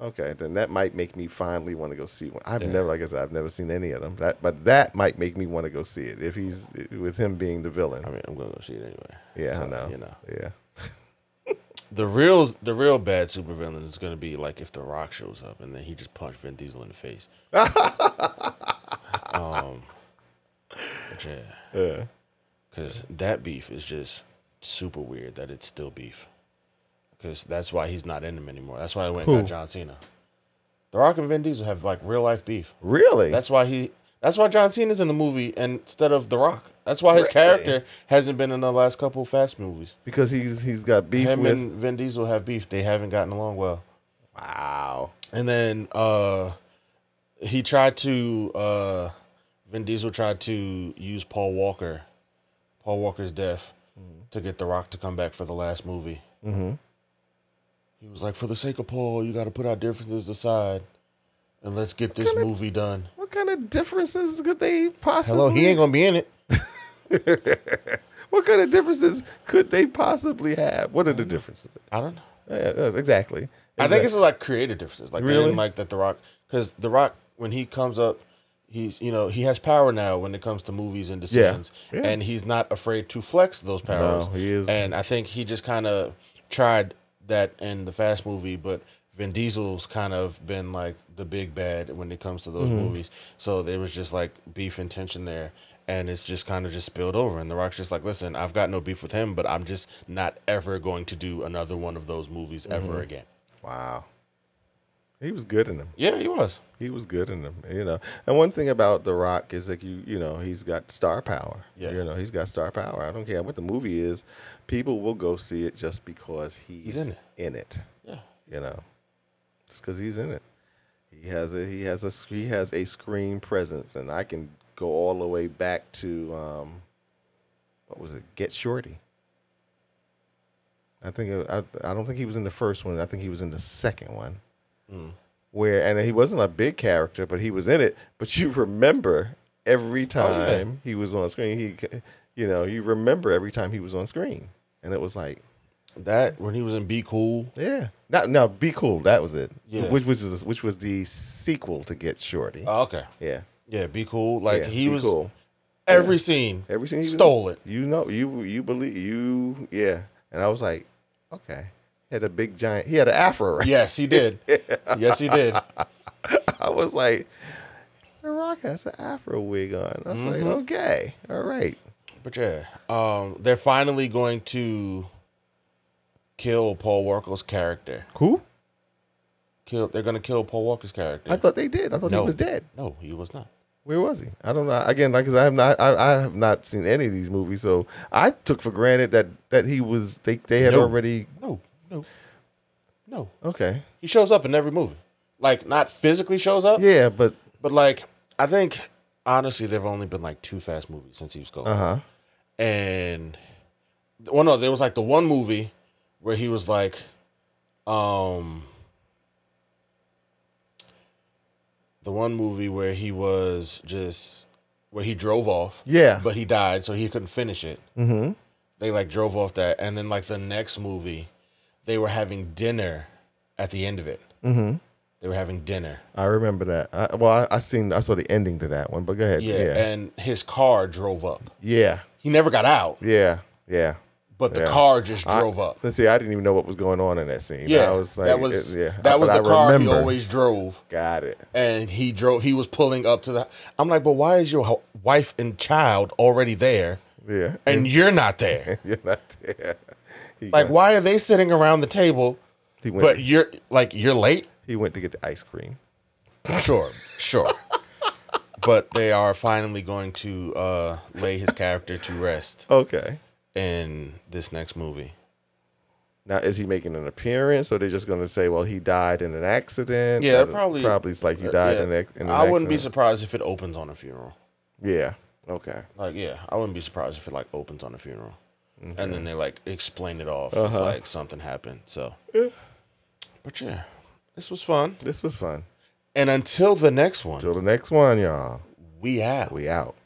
Okay, then that might make me finally want to go see one. I've never, like I said, I've never seen any of them. That, but that might make me want to go see it if he's with him being the villain.
I mean, I'm gonna go see it anyway.
Yeah, I
So,
know.
You know,
Yeah.
the real the real bad supervillain is gonna be like if The Rock shows up and then he just punched Vin Diesel in
*laughs*
the face. um, but yeah,
Yeah.
because that beef is just super weird that it's still beef. Because that's why he's not in them anymore. That's why I went and got John Cena. The Rock and Vin Diesel have like real life beef.
Really?
That's why he. That's why John Cena's in the movie and instead of The Rock. That's why his
Really?
character hasn't been in the last couple Fast movies.
because he's he's got beef
Him
with.
and Vin Diesel have beef. They haven't gotten along well.
wow.
And then uh he tried to. uh Vin Diesel tried to use Paul Walker, Paul Walker's death, to get The Rock to come back for the last movie. Mm-hmm. He was like, "For the sake of Paul, you got to put our differences aside, and let's get this movie done."
What kind of differences could they possibly?
Hello, he ain't gonna be in it.
What kind of differences could they possibly have? What are the differences?
I don't know.
Yeah, yeah, exactly.
I think it's like creative differences. Like they
Really?
didn't like that The Rock, because The Rock when he comes up, he's you know he has power now when it comes to movies and decisions,
Yeah.
and he's not afraid to flex those powers.
he is-
And I think he just kind of tried that in the Fast movie, but Vin Diesel's kind of been like the big bad when it comes to those
Mm-hmm.
movies. So there was just like beef and tension there. And it's just kind of just spilled over, and The Rock's just like, "Listen, I've got no beef with him, but I'm just
Mm-hmm.
not ever going to do another one of those movies ever again."
wow. He was good in them.
Yeah, he was.
He was good in them, you know. And one thing about The Rock is like you, you know, he's got star power.
Yeah.
You know, he's got star power. I don't care what the movie is, people will go see it just because he's,
in it.
in it.
Yeah.
You know, just because he's in it. He has a he has a he has a screen presence, and I can go all the way back to um, what was it? Get Shorty. I think it, I I don't think he was in the first one. I think he was in the second one
Hmm.
where and he wasn't a big character, but he was in it. But you remember every
Oh, yeah.
time he was on screen. He, you know, you remember every time he was on screen, and it was like,
That when he was in Be Cool.
yeah, now now be cool. That was it.
Yeah.
Which which was which was the sequel to Get Shorty.
Oh, okay.
yeah,
Yeah, Be Cool. Like
Yeah,
he
Be
was
Cool.
every scene.
Every scene he was in,
stole it.
You know, you you believe you yeah. And I was like, okay, he had a big giant. He had an afro. Right?
*laughs* Yes, he did. yes, he did.
*laughs* I was like, The Rock has an afro wig on. I was like,
Mm-hmm.
okay, all right.
But yeah, um, they're finally going to kill Paul Walker's character.
Who?
Kill. They're going to kill Paul Walker's character.
I thought they did. I thought
No.
he was dead.
No, he was not.
Where was he? I don't know. Again, like 'cause I have not, I, I have not seen any of these movies, so I took for granted that that he was. They they had
No.
already.
No, no, no.
Okay.
He shows up in every movie. Like not physically shows up,
Yeah, but
but like I think honestly there've only been like two Fast movies since he was gone.
uh huh.
and well no there was like the one movie where he was like um the one movie where he was just where he drove off
Yeah.
but he died so he couldn't finish it
Mm-hmm.
they like drove off that and then like the next movie they were having dinner at the end of it
Mm-hmm.
they were having dinner
I remember that. I, well, I, I seen. I saw the ending to that one. But go ahead.
yeah,
Yeah. Yeah.
and his car drove up
Yeah.
he never got out
Yeah.
but the
Yeah.
car just
I-
drove up
Let's see. I didn't even know what was going on in that scene. but
Yeah,
I was like,
that was
it- yeah.
that was the
But I
car
remember.
he always drove,
got it.
and he drove. He was pulling up to the. I'm like, but why is your ho- wife and child already there,
Yeah. *laughs*
and you're not there?
You're not there. He
Like,
got-
why are they sitting around the table,
He went.
but you're like you're late?
he went to get the ice cream.
Sure, sure. *laughs* But they are finally going to uh, lay his character to rest
Okay.
in this next movie.
Now, is he making an appearance, or they're just going to say, "Well, he died in an accident"?
Yeah,
That-
probably- uh,
Probably it's like you died
Yeah.
in, an, ac- in an
I wouldn't be
accident.
surprised if it opens on a funeral.
Yeah. Okay.
Like, yeah, I wouldn't be surprised if it like opens on a funeral, and then they like explain it off if
Uh-huh.
like something happened. So, but yeah, this was fun.
This was fun.
And until the next one,
Till the next one, y'all.
we out.
We out.